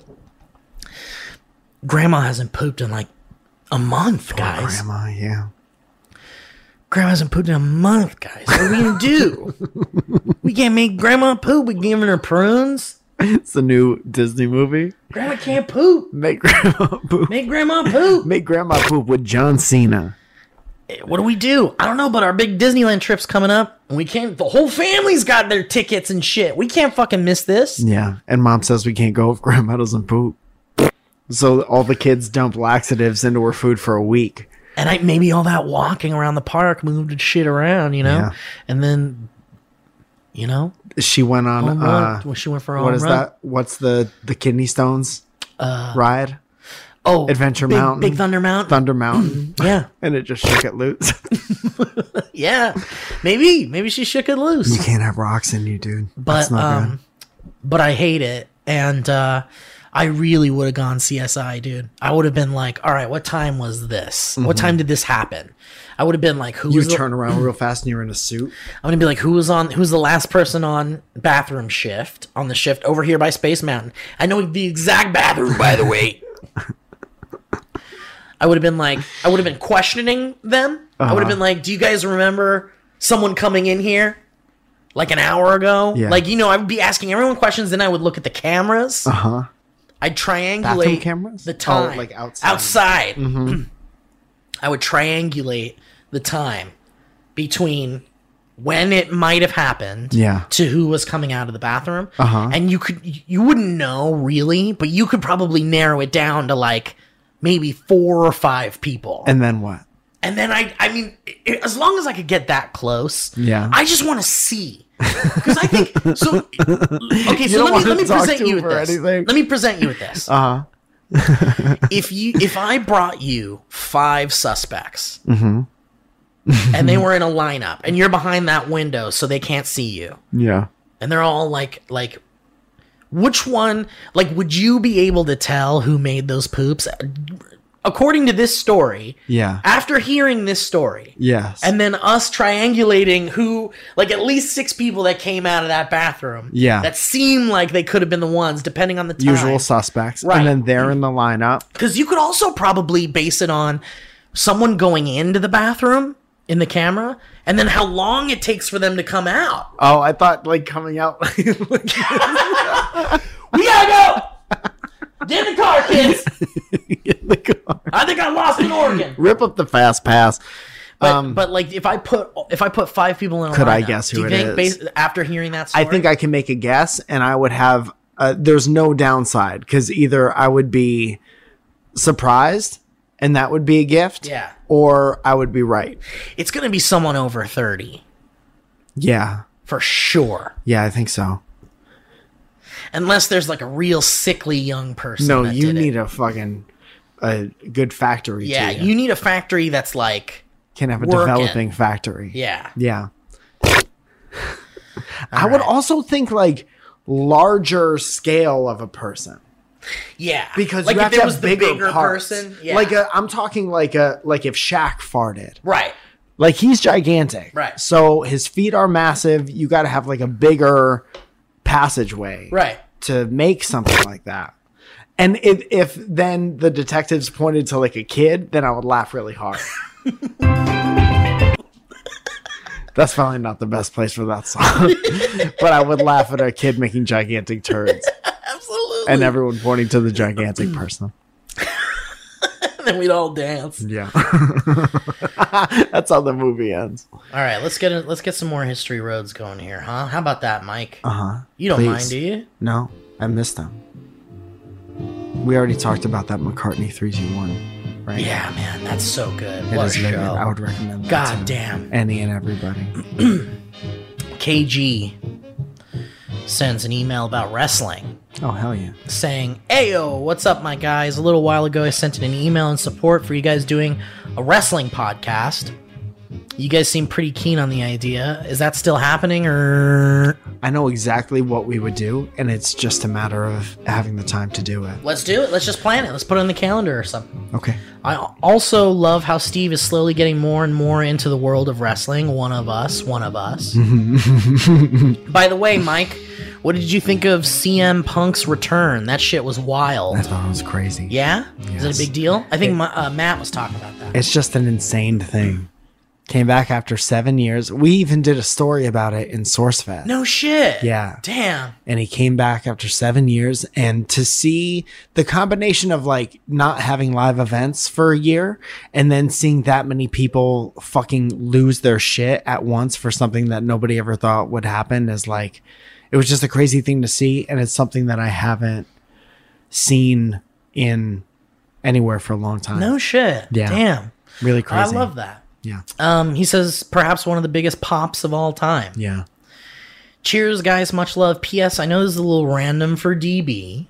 Speaker 4: grandma hasn't pooped in like a month, guys. Grandma.
Speaker 5: grandma yeah
Speaker 4: hasn't pooped in a month, guys. What are we gonna do? we can't make grandma poop. We giving her prunes.
Speaker 5: it's the new disney movie
Speaker 4: Grandma can't poop.
Speaker 5: make [LAUGHS] grandma poop
Speaker 4: Make grandma [LAUGHS] poop.
Speaker 5: make grandma poop with john cena
Speaker 4: what do we do? I don't know, but our big Disneyland trip's coming up, and we can't. The whole family's got their tickets and shit. We can't fucking miss this.
Speaker 5: yeah and mom says we can't go if [LAUGHS] grandma doesn't poop so all the kids dump laxatives into her food for a week
Speaker 4: And I maybe all that walking around the park moved shit around, you know.
Speaker 5: Yeah.
Speaker 4: And then, you know,
Speaker 5: she went on
Speaker 4: home
Speaker 5: uh
Speaker 4: run. Well, she went for a
Speaker 5: what
Speaker 4: home
Speaker 5: is
Speaker 4: run. Uh,
Speaker 5: that what's the the kidney stones ride
Speaker 4: Oh,
Speaker 5: adventure
Speaker 4: Big-
Speaker 5: mountain
Speaker 4: Big Thunder Mountain. [CLEARS THROAT]
Speaker 5: thunder mountain
Speaker 4: yeah,
Speaker 5: and it just shook it loose [LAUGHS]
Speaker 4: yeah. Maybe, maybe she shook it loose.
Speaker 5: You can't have rocks in you, dude.
Speaker 4: but um but I hate it and uh I really would have gone CSI, dude. I would have been like, "All right, what time was this? What time did this happen?" I would have been like, "Who
Speaker 5: You
Speaker 4: was the-
Speaker 5: turn around real fast and you're in a suit.
Speaker 4: I'm gonna be like, who was on? Who's the last person on bathroom shift on the shift over here by Space Mountain? I know the exact bathroom, by the way. I would have been like, I would have been questioning them. I would have been
Speaker 5: Uh-huh.
Speaker 4: like, do you guys remember someone coming in here like an hour ago?
Speaker 5: Yeah.
Speaker 4: Like, you know, I would be asking everyone questions. Then I would look at the cameras.
Speaker 5: Uh huh.
Speaker 4: I'd
Speaker 5: Bathroom
Speaker 4: triangulate
Speaker 5: cameras?
Speaker 4: the
Speaker 5: Oh,
Speaker 4: time,
Speaker 5: like outside. Mm-hmm.
Speaker 4: Outside, [CLEARS THROAT] I would triangulate the time between when it might have happened,
Speaker 5: Yeah.
Speaker 4: to who was coming out of the bathroom,
Speaker 5: Uh-huh.
Speaker 4: and you could you wouldn't know really, but you could probably narrow it down to like maybe four or five people, and,
Speaker 5: And then what?
Speaker 4: then I I mean, i as long as I could get that close,
Speaker 5: Yeah.
Speaker 4: I just want to see. Because I think so. Okay, so let
Speaker 5: don't
Speaker 4: me
Speaker 5: want to
Speaker 4: let me
Speaker 5: talk
Speaker 4: present
Speaker 5: to
Speaker 4: you with
Speaker 5: him for
Speaker 4: this.
Speaker 5: anything.
Speaker 4: Let me present you with
Speaker 5: [LAUGHS]
Speaker 4: this
Speaker 5: Uh huh.
Speaker 4: if you if I brought you five suspects
Speaker 5: Mm-hmm.
Speaker 4: [LAUGHS] and they were in a lineup and you're behind that window so they can't see you
Speaker 5: Yeah.
Speaker 4: and they're all like like which one like would you be able to tell who made those poops according to this story
Speaker 5: Yeah.
Speaker 4: after hearing this story
Speaker 5: Yes.
Speaker 4: and then us triangulating who like at least six people that came out of that bathroom
Speaker 5: Yeah.
Speaker 4: that seem like they could have been the ones depending on the time
Speaker 5: usual suspects.
Speaker 4: Right.
Speaker 5: And then they're in the lineup.
Speaker 4: because you could also probably base it on someone going into the bathroom in the camera, and then how long it takes for them to come
Speaker 5: [LAUGHS]
Speaker 4: out.
Speaker 5: Oh, I thought like coming out. [LAUGHS]
Speaker 4: We gotta go. Get in the car, kids. I think I lost an organ.
Speaker 5: Rip up the fast pass.
Speaker 4: But, but like if I put if I put five people in a
Speaker 5: Um, Could I
Speaker 4: lineup,
Speaker 5: guess
Speaker 4: do you
Speaker 5: who it
Speaker 4: think
Speaker 5: is?
Speaker 4: Based, after hearing that story,
Speaker 5: I think I can make a guess, and I would have. Uh, there's no downside because either I would be surprised, and that would be a gift.
Speaker 4: Yeah.
Speaker 5: Or I would be right.
Speaker 4: it's gonna be someone over thirty
Speaker 5: Yeah.
Speaker 4: for sure,
Speaker 5: Yeah, I think so.
Speaker 4: unless there's like a real sickly young person.
Speaker 5: no,
Speaker 4: that
Speaker 5: you
Speaker 4: did it.
Speaker 5: need a fucking a good factory.
Speaker 4: yeah,
Speaker 5: to
Speaker 4: you. need a factory that's like
Speaker 5: can have a
Speaker 4: work
Speaker 5: developing
Speaker 4: it.
Speaker 5: factory.
Speaker 4: Yeah,
Speaker 5: Yeah. [LAUGHS] I would also think like larger scale of a person.
Speaker 4: yeah,
Speaker 5: because
Speaker 4: like
Speaker 5: you
Speaker 4: if
Speaker 5: have
Speaker 4: there
Speaker 5: to
Speaker 4: was
Speaker 5: have
Speaker 4: the
Speaker 5: bigger,
Speaker 4: bigger
Speaker 5: parts.
Speaker 4: person, yeah.
Speaker 5: Like i I'm talking like a like if Shaq farted,
Speaker 4: right,
Speaker 5: like he's gigantic,
Speaker 4: Right.
Speaker 5: So his feet are massive. You got to have like a bigger passageway,
Speaker 4: right.
Speaker 5: to make something like that. And if, if then the detectives pointed to like a kid, then I would laugh really hard. [LAUGHS] That's probably not the best place for that song, [LAUGHS] but I would laugh at a kid making gigantic turns
Speaker 4: Absolutely.
Speaker 5: and everyone pointing to the gigantic person.
Speaker 4: And then we'd all dance. [LAUGHS]
Speaker 5: Yeah. That's how the movie ends.
Speaker 4: All right, let's get a, let's get some more history roads going here, huh? How about that, Mike?
Speaker 5: Uh huh.
Speaker 4: You don't mind, do you?
Speaker 5: No, I missed them. We already talked about that McCartney 3G1, right?
Speaker 4: Yeah, man, that's so good.
Speaker 5: It
Speaker 4: What
Speaker 5: is
Speaker 4: a
Speaker 5: very good.
Speaker 4: show.
Speaker 5: I would recommend that.
Speaker 4: God
Speaker 5: to
Speaker 4: damn.
Speaker 5: Any and everybody.
Speaker 4: KG sends an email about wrestling
Speaker 5: Oh, hell yeah.
Speaker 4: saying, Ayo, what's up, my guys? A little while ago, I sent in an email in support for you guys doing a wrestling podcast. You guys seem pretty keen on the idea. Is that still happening or
Speaker 5: I know exactly what we would do, and it's just a matter of having the time to do it.
Speaker 4: let's do it? Let's just plan it. Let's put it on the calendar or something.
Speaker 5: Okay.
Speaker 4: I also love how Steve is slowly getting more and more into the world of wrestling. One of us, one of us. By the way, Mike, what did you think of CM Punk's return? That shit was wild.
Speaker 5: I thought it was crazy.
Speaker 4: yeah?
Speaker 5: Yes.
Speaker 4: Is it a big deal? I think my, uh, Matt was talking about that.
Speaker 5: It's just an insane thing. Came back after seven years. We even did a story about it in SourceFed.
Speaker 4: No shit.
Speaker 5: Yeah.
Speaker 4: Damn.
Speaker 5: and he came back after seven years and to see the combination of like not having live events for a year and then seeing that many people fucking lose their shit at once for something that nobody ever thought would happen is like it was just a crazy thing to see and it's something that i haven't seen in anywhere for a long time
Speaker 4: No shit.
Speaker 5: Yeah.
Speaker 4: Damn.
Speaker 5: really crazy
Speaker 4: I love that.
Speaker 5: yeah
Speaker 4: Um, he says perhaps one of the biggest pops of all time.
Speaker 5: yeah
Speaker 4: Cheers, guys. Much love. P.S. I know this is a little random for DB,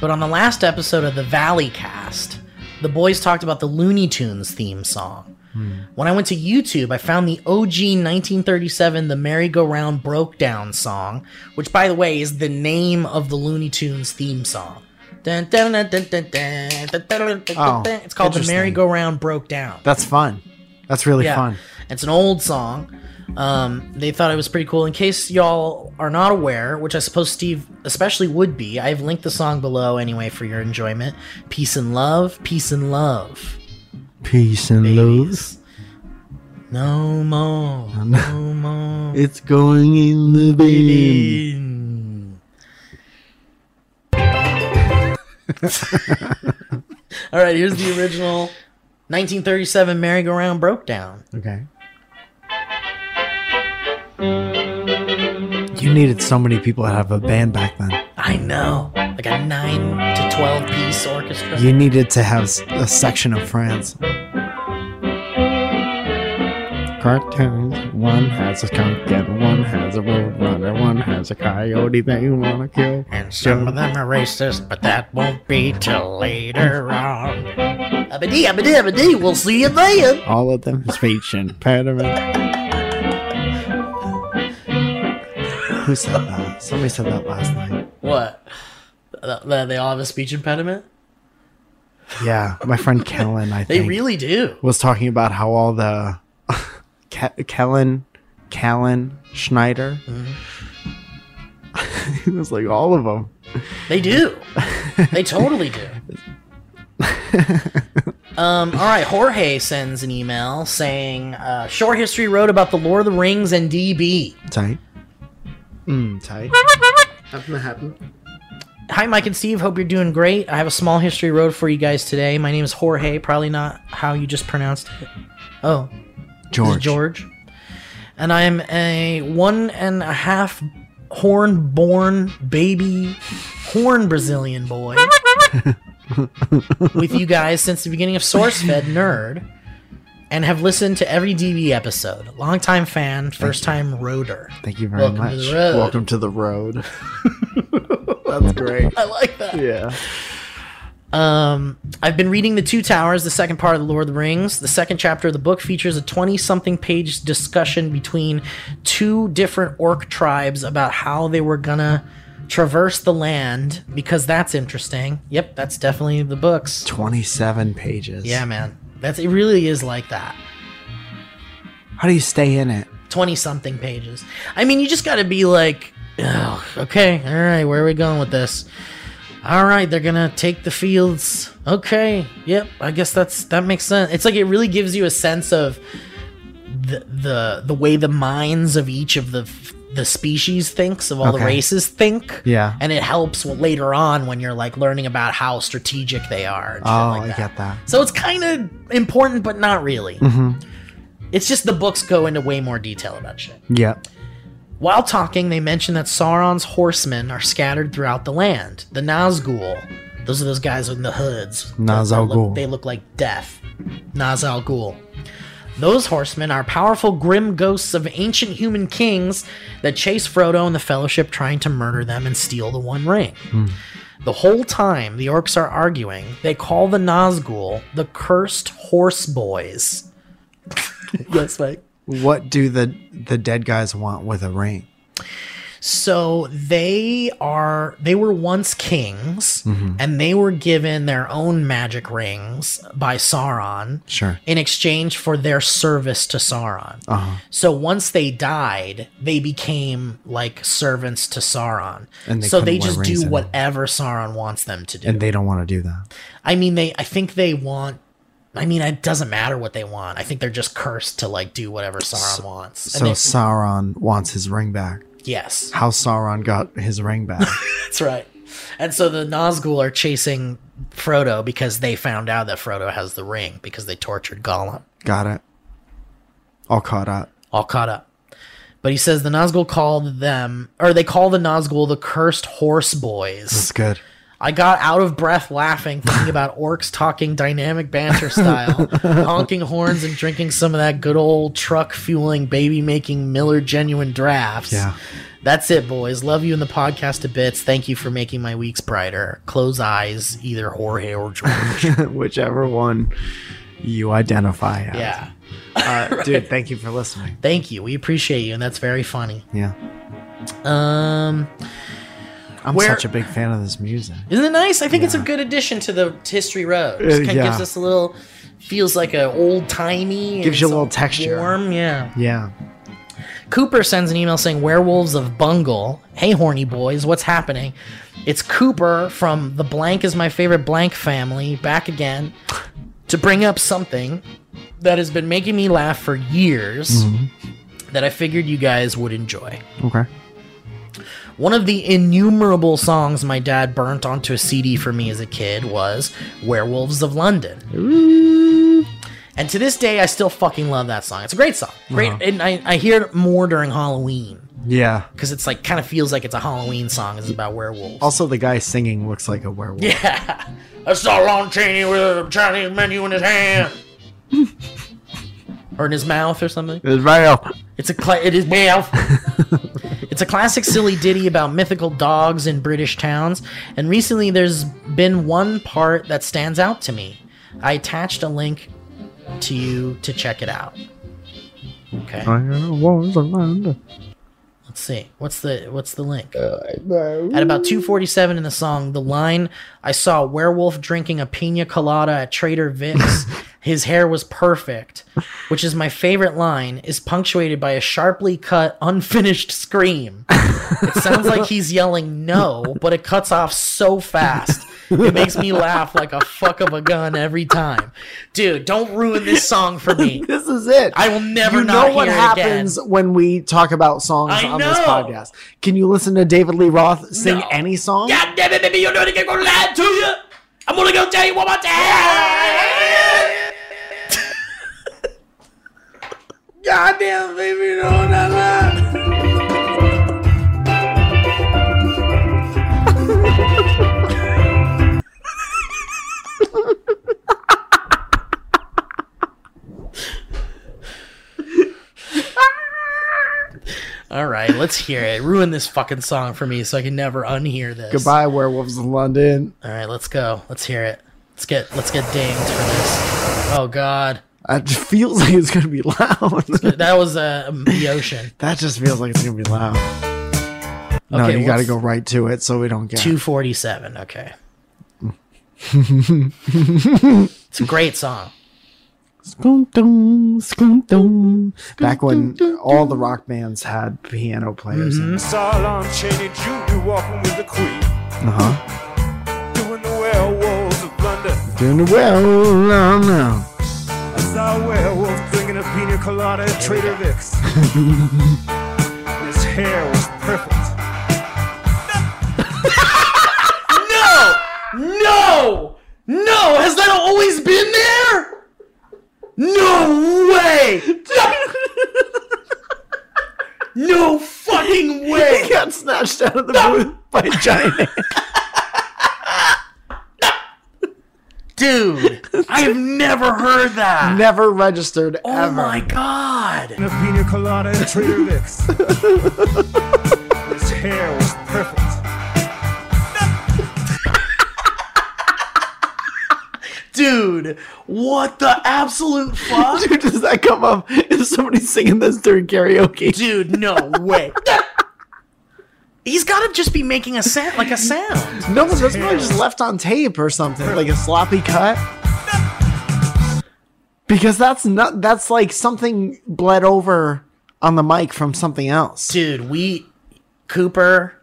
Speaker 4: but on the last episode of the Valley Cast, the boys talked about the Looney Tunes theme song.
Speaker 5: Hmm.
Speaker 4: When I went to YouTube, I found the OG 1937 The Merry Go Round Broke Down song, which, by the way, is the name of the Looney Tunes theme song. Dun, dun, dun, dun, dun, dun, dun, dun, dun,
Speaker 5: Oh,
Speaker 4: dun. it's called The
Speaker 5: interesting.
Speaker 4: Merry Go Round Broke Down.
Speaker 5: that's fun that's really fun
Speaker 4: It's an old song. Um, they thought it was pretty cool. In case y'all are not aware, which I suppose Steve especially would be, I've linked the song below anyway for your enjoyment. Peace and love, peace and love.
Speaker 5: peace and love
Speaker 4: No
Speaker 5: [LAUGHS]
Speaker 4: more, no more.
Speaker 5: it's going in the bin
Speaker 4: In. [LAUGHS] All right, here's the original 1937 merry-go-round broke down.
Speaker 5: Okay. You needed so many people to have a band back then.
Speaker 4: I know. Like a 9 to 12 piece orchestra.
Speaker 5: You needed to have s- a section of friends. Cartoons. One has a skunk and one has a road runner. One has a coyote that you wanna kill.
Speaker 4: And some of them are racist, but that won't be till later on. Abadee, abadee, abadee, we'll see you then.
Speaker 5: All of them speech impediment. Who said that? Somebody said that last night.
Speaker 4: What? Th- th- They all have a speech impediment?
Speaker 5: Yeah, my friend Kellen. I
Speaker 4: They
Speaker 5: think.
Speaker 4: really do.
Speaker 5: was talking about how all the [LAUGHS] Ke- Kellen, Callan, Schneider. [LAUGHS] he was like all of them.
Speaker 4: They do. They totally do. Um, all right, Jorge sends an email saying, uh, "Short history wrote about the Lord of the Rings and DB."
Speaker 5: Tight. Mm, tight. Nothing happened.
Speaker 4: Hi, Mike and Steve. Hope you're doing great. I have a small history road for you guys today. My name is Jorge. Probably not how you just pronounced it. Oh, this is
Speaker 5: George.
Speaker 4: George. And I am a one and a half horn-born baby, horn Brazilian boy. with you guys since the beginning of SourceFed Nerd and have listened to every DB episode. Longtime fan, first time roader.
Speaker 5: Thank you very
Speaker 4: Welcome to
Speaker 5: much.
Speaker 4: the road.
Speaker 5: Welcome to the road. [LAUGHS] That's great.
Speaker 4: I like that.
Speaker 5: Yeah.
Speaker 4: Um, I've been reading The Two Towers, the second part of The Lord of the Rings. The second chapter of the book features a 20 something page discussion between two different orc tribes about how they were gonna traverse the land because that's interesting. Yep, that's definitely the books.
Speaker 5: 27 pages.
Speaker 4: Yeah, man. That's it really is like that.
Speaker 5: How do you stay in it?
Speaker 4: 20 something pages. I mean, you just got to be like, "Ugh, okay, all right, where are we going with this? All right, they're going to take the fields. Okay. Yep, I guess that's that makes sense. It's like it really gives you a sense of the the the way the minds of each of the f- the species thinks of all the
Speaker 5: Okay.
Speaker 4: races think.
Speaker 5: Yeah.
Speaker 4: And it helps later on when you're like learning about how strategic they are. and shit
Speaker 5: Oh,
Speaker 4: like
Speaker 5: I
Speaker 4: that.
Speaker 5: get that.
Speaker 4: So it's kind of important, but not really.
Speaker 5: Mm-hmm.
Speaker 4: It's just the books go into way more detail about shit.
Speaker 5: Yep.
Speaker 4: While talking, they mention that Sauron's horsemen are scattered throughout the land. The Nazgul, those are those guys with the hoods.
Speaker 5: Naz
Speaker 4: They
Speaker 5: al
Speaker 4: look-
Speaker 5: Ghul.
Speaker 4: They look like death. Naz al Ghul. Those horsemen are powerful, grim ghosts of ancient human kings that chase Frodo and the Fellowship, trying to murder them and steal the One Ring. The whole time the orcs are arguing, they call the Nazgul the cursed horse boys. [LAUGHS] yes, Mike.
Speaker 5: What do the the dead guys want with a ring?
Speaker 4: So they are they were once kings
Speaker 5: Mhm.
Speaker 4: and they were given their own magic rings by Sauron
Speaker 5: Sure.
Speaker 4: in exchange for their service to Sauron.
Speaker 5: Uh-huh.
Speaker 4: So once they died, they became like servants to Sauron.
Speaker 5: And they
Speaker 4: so
Speaker 5: couldn't
Speaker 4: they
Speaker 5: wear
Speaker 4: just
Speaker 5: rings
Speaker 4: do
Speaker 5: anymore.
Speaker 4: whatever Sauron wants them to do.
Speaker 5: And they don't want to do that.
Speaker 4: I mean they I think they want I mean it doesn't matter what they want. I think they're just cursed to like do whatever Sauron wants.
Speaker 5: So
Speaker 4: they-
Speaker 5: Sauron wants his ring back.
Speaker 4: yes.
Speaker 5: How Sauron got his ring [LAUGHS] back.
Speaker 4: That's right. And so the Nazgul are chasing Frodo because they found out that Frodo has the ring because they tortured Gollum.
Speaker 5: got it. All caught up.
Speaker 4: All caught up. But he says the Nazgul called them, or they call the Nazgul the cursed horse boys.
Speaker 5: That's good.
Speaker 4: I got out of breath laughing, thinking about orcs talking dynamic banter
Speaker 5: [LAUGHS]
Speaker 4: style, honking horns, and drinking some of that good old truck fueling, baby making Miller genuine drafts.
Speaker 5: Yeah.
Speaker 4: That's it, boys. Love you in the podcast to bits. Thank you for making my weeks brighter. Close eyes, either Jorge or George.
Speaker 5: [LAUGHS] [LAUGHS] Whichever one you identify as.
Speaker 4: yeah. [LAUGHS]
Speaker 5: Uh, Dude, thank you for listening.
Speaker 4: Thank you. We appreciate you, and that's very funny.
Speaker 5: Yeah.
Speaker 4: Um,
Speaker 5: I'm
Speaker 4: Where-
Speaker 5: such a big fan of this music.
Speaker 4: isn't it nice? I think it's a good addition to the to History Road.
Speaker 5: Uh,
Speaker 4: It kind of
Speaker 5: yeah.
Speaker 4: gives us a little, feels like a old timey.
Speaker 5: Gives you a little texture.
Speaker 4: Warm, yeah.
Speaker 5: Yeah.
Speaker 4: Cooper sends an email saying, Werewolves of Bungle. Hey, horny boys, what's happening? It's Cooper from The Blank is My Favorite Blank Family back again to bring up something that has been making me laugh for years that I figured you guys would enjoy.
Speaker 5: Okay.
Speaker 4: One of the innumerable songs my dad burnt onto a CD for me as a kid was Werewolves of London. And to this day, I still fucking love that song. It's a great song. Great.
Speaker 5: Uh-huh.
Speaker 4: And I, I hear it more during Halloween
Speaker 5: Yeah.
Speaker 4: because it's like kind of feels like it's a Halloween song. It's about werewolves.
Speaker 5: Also, the guy singing looks like a
Speaker 4: [LAUGHS]
Speaker 5: werewolf.
Speaker 4: Yeah. I saw Ron Cheney with a Chinese menu in his hand. or in his mouth or something.
Speaker 5: It's real.
Speaker 4: It's a cla- it is well. it's a classic silly ditty about mythical dogs in British towns, and recently there's been one part that stands out to me. I attached a link to you to check it out. Okay.
Speaker 5: was around.
Speaker 4: Let's see. What's the what's the link? At about 247 in the song, the line I saw a werewolf drinking a pina colada at Trader Vic's. His hair was perfect, which is my favorite line, is punctuated by a sharply cut, unfinished scream. It sounds like he's yelling no, but it cuts off so fast. It makes me laugh like a fuck of a gun every time. Dude, don't ruin this song for me.
Speaker 5: [LAUGHS] [LAUGHS] this is it.
Speaker 4: I will never
Speaker 5: you
Speaker 4: not
Speaker 5: know what
Speaker 4: hear
Speaker 5: happens
Speaker 4: it again.
Speaker 5: when we talk about songs
Speaker 4: I
Speaker 5: on this
Speaker 4: know.
Speaker 5: podcast. Can you listen to David Lee Roth sing
Speaker 4: No.
Speaker 5: any song?
Speaker 4: God damn it, baby, you know it again. Gonna lie to you. I'm gonna go tell you one more time.
Speaker 2: Goddamn, baby, no, no, no.
Speaker 4: All right, let's hear it. Ruin this fucking song for me so I can never unhear this.
Speaker 5: Goodbye, Werewolves of London.
Speaker 4: All right, let's go. Let's hear it. Let's get let's get dinged for this. Oh god.
Speaker 5: It just feels [LAUGHS] like it's gonna be loud.
Speaker 4: That was uh, the ocean.
Speaker 5: that just feels like it's gonna be loud. no,
Speaker 4: Okay,
Speaker 5: you got to
Speaker 4: what's-
Speaker 5: go right to it so we don't get
Speaker 4: 247.
Speaker 5: [LAUGHS]
Speaker 4: Okay. It's a great song.
Speaker 5: Skoom-dum, skoom-dum. Back when all the rock bands had piano players. in it.
Speaker 13: Salon Mm-hmm. Cheney Jr. walking with the queen,
Speaker 5: Uh-huh.
Speaker 13: doing the werewolves of London.
Speaker 5: Doing well no, no.
Speaker 13: I saw a werewolf drinking a pina colada at Trader
Speaker 10: [LAUGHS]
Speaker 13: Vic's. His hair was perfect.
Speaker 4: No! No! No! Has that always been there? No way! no fucking way!
Speaker 5: He got snatched out of the booth by
Speaker 4: [LAUGHS]
Speaker 5: a giant ant.
Speaker 4: Dude, I've never heard that.
Speaker 5: Never registered
Speaker 4: Oh
Speaker 5: ever. [LAUGHS]
Speaker 4: my god!
Speaker 13: And a pina colada at Trader Vic's. His hair was perfect.
Speaker 4: Dude, what the absolute fuck?
Speaker 5: Dude, does that come up? Is somebody singing this during karaoke?
Speaker 4: Dude, no way. He's gotta just be making a sound like a sound.
Speaker 5: No, that's probably just left on tape or something, like a sloppy cut. Because that's not that's like something bled over on the mic from something else.
Speaker 4: Dude, we Cooper.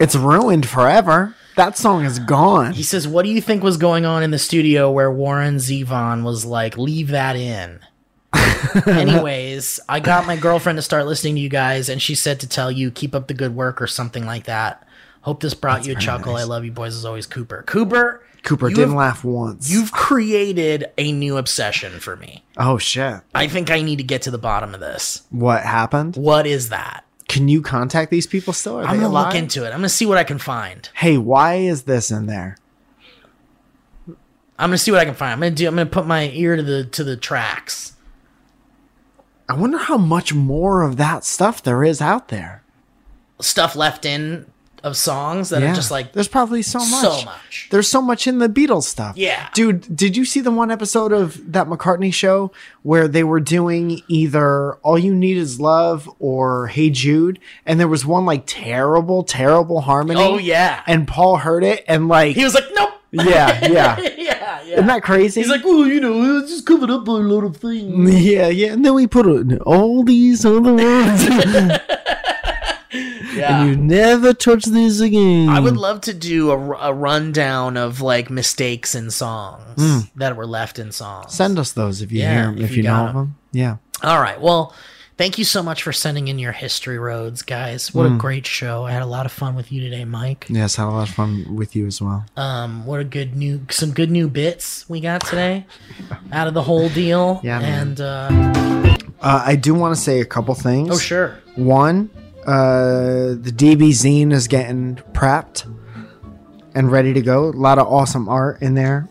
Speaker 5: It's ruined forever. That song is gone.
Speaker 4: He says, What do you think was going on in the studio where Warren Zevon was like, leave that
Speaker 5: [LAUGHS]
Speaker 4: in? Anyways, I got my girlfriend to start listening to you guys, and she said to tell you, keep up the good work or something like that. Hope this brought you a chuckle. I love you boys as always, Cooper. Cooper,
Speaker 5: Cooper
Speaker 4: you
Speaker 5: didn't
Speaker 4: have-
Speaker 5: laugh once.
Speaker 4: you've created a new obsession for me.
Speaker 5: Oh shit.
Speaker 4: I think I need to get to the bottom of this.
Speaker 5: What happened?
Speaker 4: What is that?
Speaker 5: Can you contact these people still? Are
Speaker 4: I'm
Speaker 5: they
Speaker 4: gonna
Speaker 5: alive?
Speaker 4: look into it. I'm gonna see what I can find.
Speaker 5: hey, why is this in there?
Speaker 4: I'm gonna see what I can find. I'm gonna do. I'm gonna put my ear to the to the tracks.
Speaker 5: I wonder how much more of that stuff there is out there.
Speaker 4: Stuff left in of songs that
Speaker 5: Yeah.
Speaker 4: are just like
Speaker 5: there's probably so much.
Speaker 4: so much.
Speaker 5: There's so much in the Beatles stuff.
Speaker 4: Yeah.
Speaker 5: Dude, did you see the one episode of that McCartney show where they were doing either All You Need Is Love or Hey Jude? And there was one like terrible, terrible harmony.
Speaker 4: Oh yeah.
Speaker 5: And Paul heard it and like,
Speaker 4: He was like, nope.
Speaker 5: [LAUGHS] yeah,
Speaker 4: [LAUGHS]
Speaker 5: yeah.
Speaker 4: yeah, yeah.
Speaker 5: Isn't that crazy?
Speaker 4: He's like, well, you know, it's just covered up by a lot of things.
Speaker 5: [LAUGHS] yeah, yeah. And then we put in all these
Speaker 4: [LAUGHS]
Speaker 5: other words.
Speaker 4: Yeah.
Speaker 5: and you Mm. never touch these again.
Speaker 4: I would love to do a, r- a rundown of like mistakes in songs
Speaker 5: Mm.
Speaker 4: that were left in songs.
Speaker 5: Send us those if you
Speaker 4: Yeah,
Speaker 5: hear 'em,
Speaker 4: if
Speaker 5: if
Speaker 4: you
Speaker 5: you, know
Speaker 4: got
Speaker 5: of
Speaker 4: 'em.
Speaker 5: them. Yeah.
Speaker 4: All right. Well, thank you so much for sending in your history roads, guys. What a
Speaker 5: Mm.
Speaker 4: great show. I had a lot of fun with you today, Mike.
Speaker 5: Yes, had a lot of fun with you as well. Uh,
Speaker 4: Um, what a good new some good new bits we got today out of the whole deal.
Speaker 5: [LAUGHS] Yeah, man.
Speaker 4: and uh,
Speaker 5: Uh, I do want to say a couple things.
Speaker 4: oh sure,
Speaker 5: One, uh, the DB zine is getting prepped and ready to go. A lot of awesome art in there.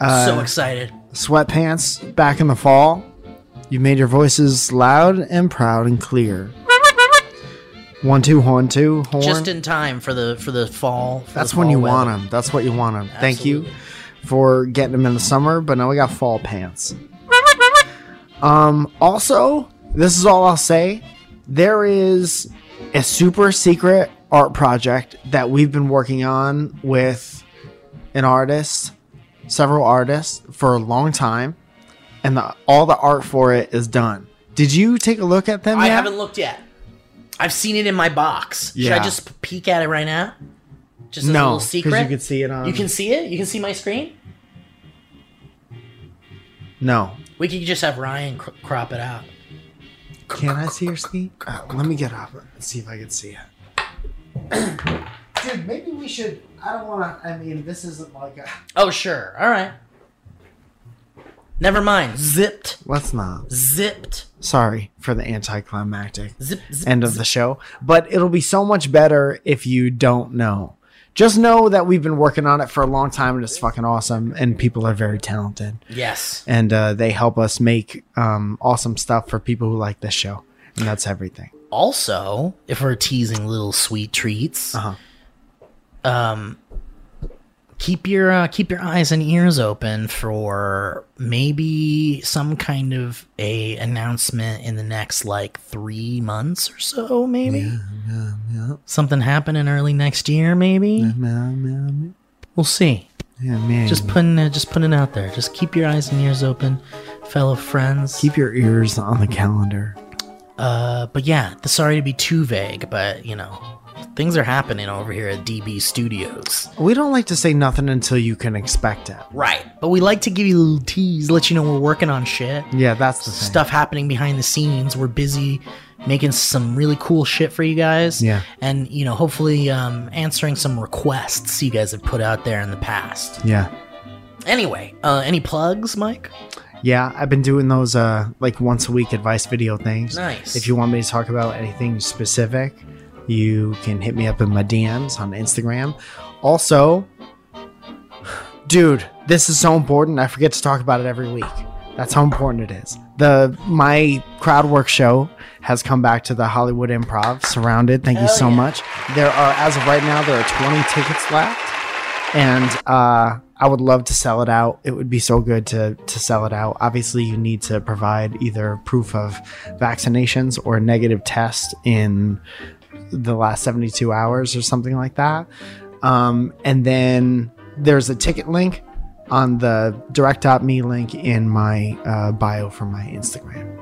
Speaker 4: so
Speaker 5: Uh,
Speaker 4: excited.
Speaker 5: sweatpants back in the fall. You made your voices loud and proud and clear. One two horn two horn.
Speaker 4: Just in time for the for the fall. for
Speaker 5: That's
Speaker 4: the
Speaker 5: when
Speaker 4: fall
Speaker 5: you
Speaker 4: weather.
Speaker 5: want them. That's what you want them. Thank you for getting them in the summer, but now we got fall pants. Um, also, this is all I'll say. There is a super secret art project that we've been working on with an artist, several artists for a long time, and the, all the art for it is done. Did you take a look at them
Speaker 4: I
Speaker 5: yet?
Speaker 4: haven't looked yet. I've seen it in my box. Should
Speaker 5: Yeah.
Speaker 4: I just peek at it right now? Just as a
Speaker 5: No,
Speaker 4: little
Speaker 5: 'cause
Speaker 4: secret.
Speaker 5: you could see um, it on-
Speaker 4: You can see it. You can see my screen.
Speaker 5: No.
Speaker 4: We could just have Ryan cr- crop it out.
Speaker 5: Can I see your screen? Uh, let me get up and see if I can see it. [COUGHS] Dude, maybe we should. I don't want to. I mean, this isn't like a.
Speaker 4: Oh sure. All right. Never mind. Zipped.
Speaker 5: Let's not.
Speaker 4: Zipped.
Speaker 5: Sorry for the anticlimactic
Speaker 4: Zip, zip,
Speaker 5: end of the show, but it'll be so much better if you don't know. Just know that we've been working on it for a long time and it's fucking awesome, and people are very talented.
Speaker 4: Yes.
Speaker 5: And uh, they help us make um, awesome stuff for people who like this show, and that's everything.
Speaker 4: Also, if we're teasing little sweet treats, um, keep your uh, keep your eyes and ears open for maybe some kind of a announcement in the next like three months or so, maybe something happening early next year, maybe. We'll see.
Speaker 5: Yeah, man.
Speaker 4: Just putting it, just putting it out there. Just keep your eyes and ears open, fellow friends.
Speaker 5: Keep your ears on the calendar.
Speaker 4: Uh, but yeah, the, sorry to be too vague, but you know, things are happening over here at DB Studios.
Speaker 5: We don't like to say nothing until you can expect it.
Speaker 4: Right. But we like to give you a little tease, let you know we're working on shit.
Speaker 5: Yeah, that's the thing.
Speaker 4: Stuff happening behind the scenes. We're busy making some really cool shit for you guys.
Speaker 5: Yeah.
Speaker 4: And, you know, hopefully um, answering some requests you guys have put out there in the past.
Speaker 5: Yeah.
Speaker 4: Anyway, uh, any plugs, Mike?
Speaker 5: Yeah, I've been doing those uh like once a week advice video things.
Speaker 4: Nice.
Speaker 5: If you want me to talk about anything specific, you can hit me up in my DMs on Instagram. Also, dude, this is so important. I forget to talk about it every week. That's how important it is. The my crowd work show has come back to the Hollywood Improv surrounded. Thank you
Speaker 14: Hell
Speaker 5: so
Speaker 14: yeah.
Speaker 5: much. There are as of right now there are 20 tickets left and uh, I would love to sell it out. It would be so good to to sell it out. Obviously, you need to provide either proof of vaccinations or a negative test in the last 72 hours or something like that. Um, and then there's a ticket link on the direct.me link in my uh, bio for my Instagram.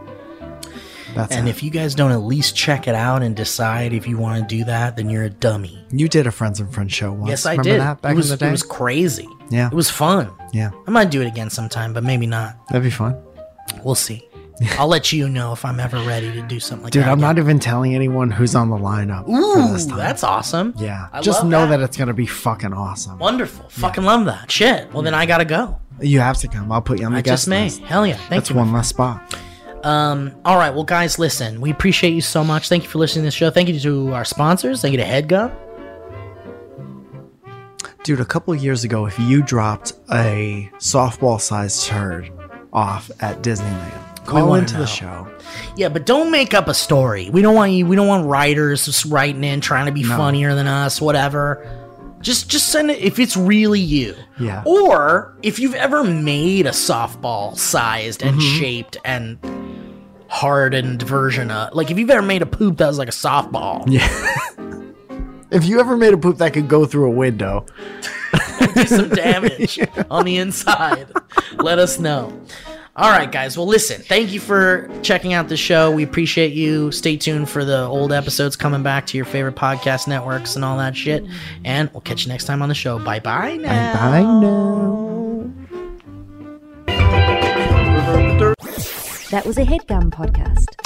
Speaker 5: That's
Speaker 4: and
Speaker 5: it.
Speaker 4: if you guys don't at least check it out and decide if you want to do that, then you're a dummy.
Speaker 5: you did a friends and friends show once.
Speaker 4: yes, I
Speaker 5: Remember
Speaker 4: did.
Speaker 5: That back
Speaker 4: it was
Speaker 5: in the day.
Speaker 4: it was crazy.
Speaker 5: yeah,
Speaker 4: It was fun.
Speaker 5: yeah,
Speaker 4: I might do it again sometime, but maybe not.
Speaker 5: that'd be fun.
Speaker 4: We'll see. I'll let you know if I'm ever ready to do something like
Speaker 5: Dude,
Speaker 4: that.
Speaker 5: I'm not even telling anyone who's on the lineup. for
Speaker 4: Ooh,
Speaker 5: this time.
Speaker 4: that's awesome.
Speaker 5: Yeah.
Speaker 4: I
Speaker 5: Just
Speaker 4: love
Speaker 5: know that. it's going to be fucking awesome.
Speaker 4: Wonderful. Fucking love that. Shit. Well, then I gotta go.
Speaker 5: You have to come. I'll put you on the
Speaker 4: I
Speaker 5: guest
Speaker 4: just may.
Speaker 5: list.
Speaker 4: Hell yeah. Thank
Speaker 5: that's
Speaker 4: you.
Speaker 5: one less spot.
Speaker 4: Um, all right. Well, guys, listen, we appreciate you so much. Thank you for listening to the show. Thank you to our sponsors. Thank you to HeadGum.
Speaker 5: Dude, a couple years ago, if you dropped a softball sized turd off at Disneyland, call
Speaker 4: wanna
Speaker 5: into
Speaker 4: know.
Speaker 5: the show.
Speaker 4: Yeah, but don't make up a story. We don't want you. We don't want writers just writing in trying to be
Speaker 5: No.
Speaker 4: funnier than us. Whatever. Just just send it if it's really you.
Speaker 5: Yeah.
Speaker 4: Or if you've ever made a softball sized and
Speaker 5: Mhm.
Speaker 4: shaped and hardened version of like if you've ever made a poop that was like a softball.
Speaker 5: Yeah. if you ever made a poop that could go through a window,
Speaker 4: do some damage on the inside. Let us know. All right, guys. Well, listen, thank you for checking out the show. We appreciate you. Stay tuned for the old episodes coming back to your favorite podcast networks and all that shit. And we'll catch you next time on the show. Bye bye now.
Speaker 5: I know.
Speaker 1: That was a headgum podcast.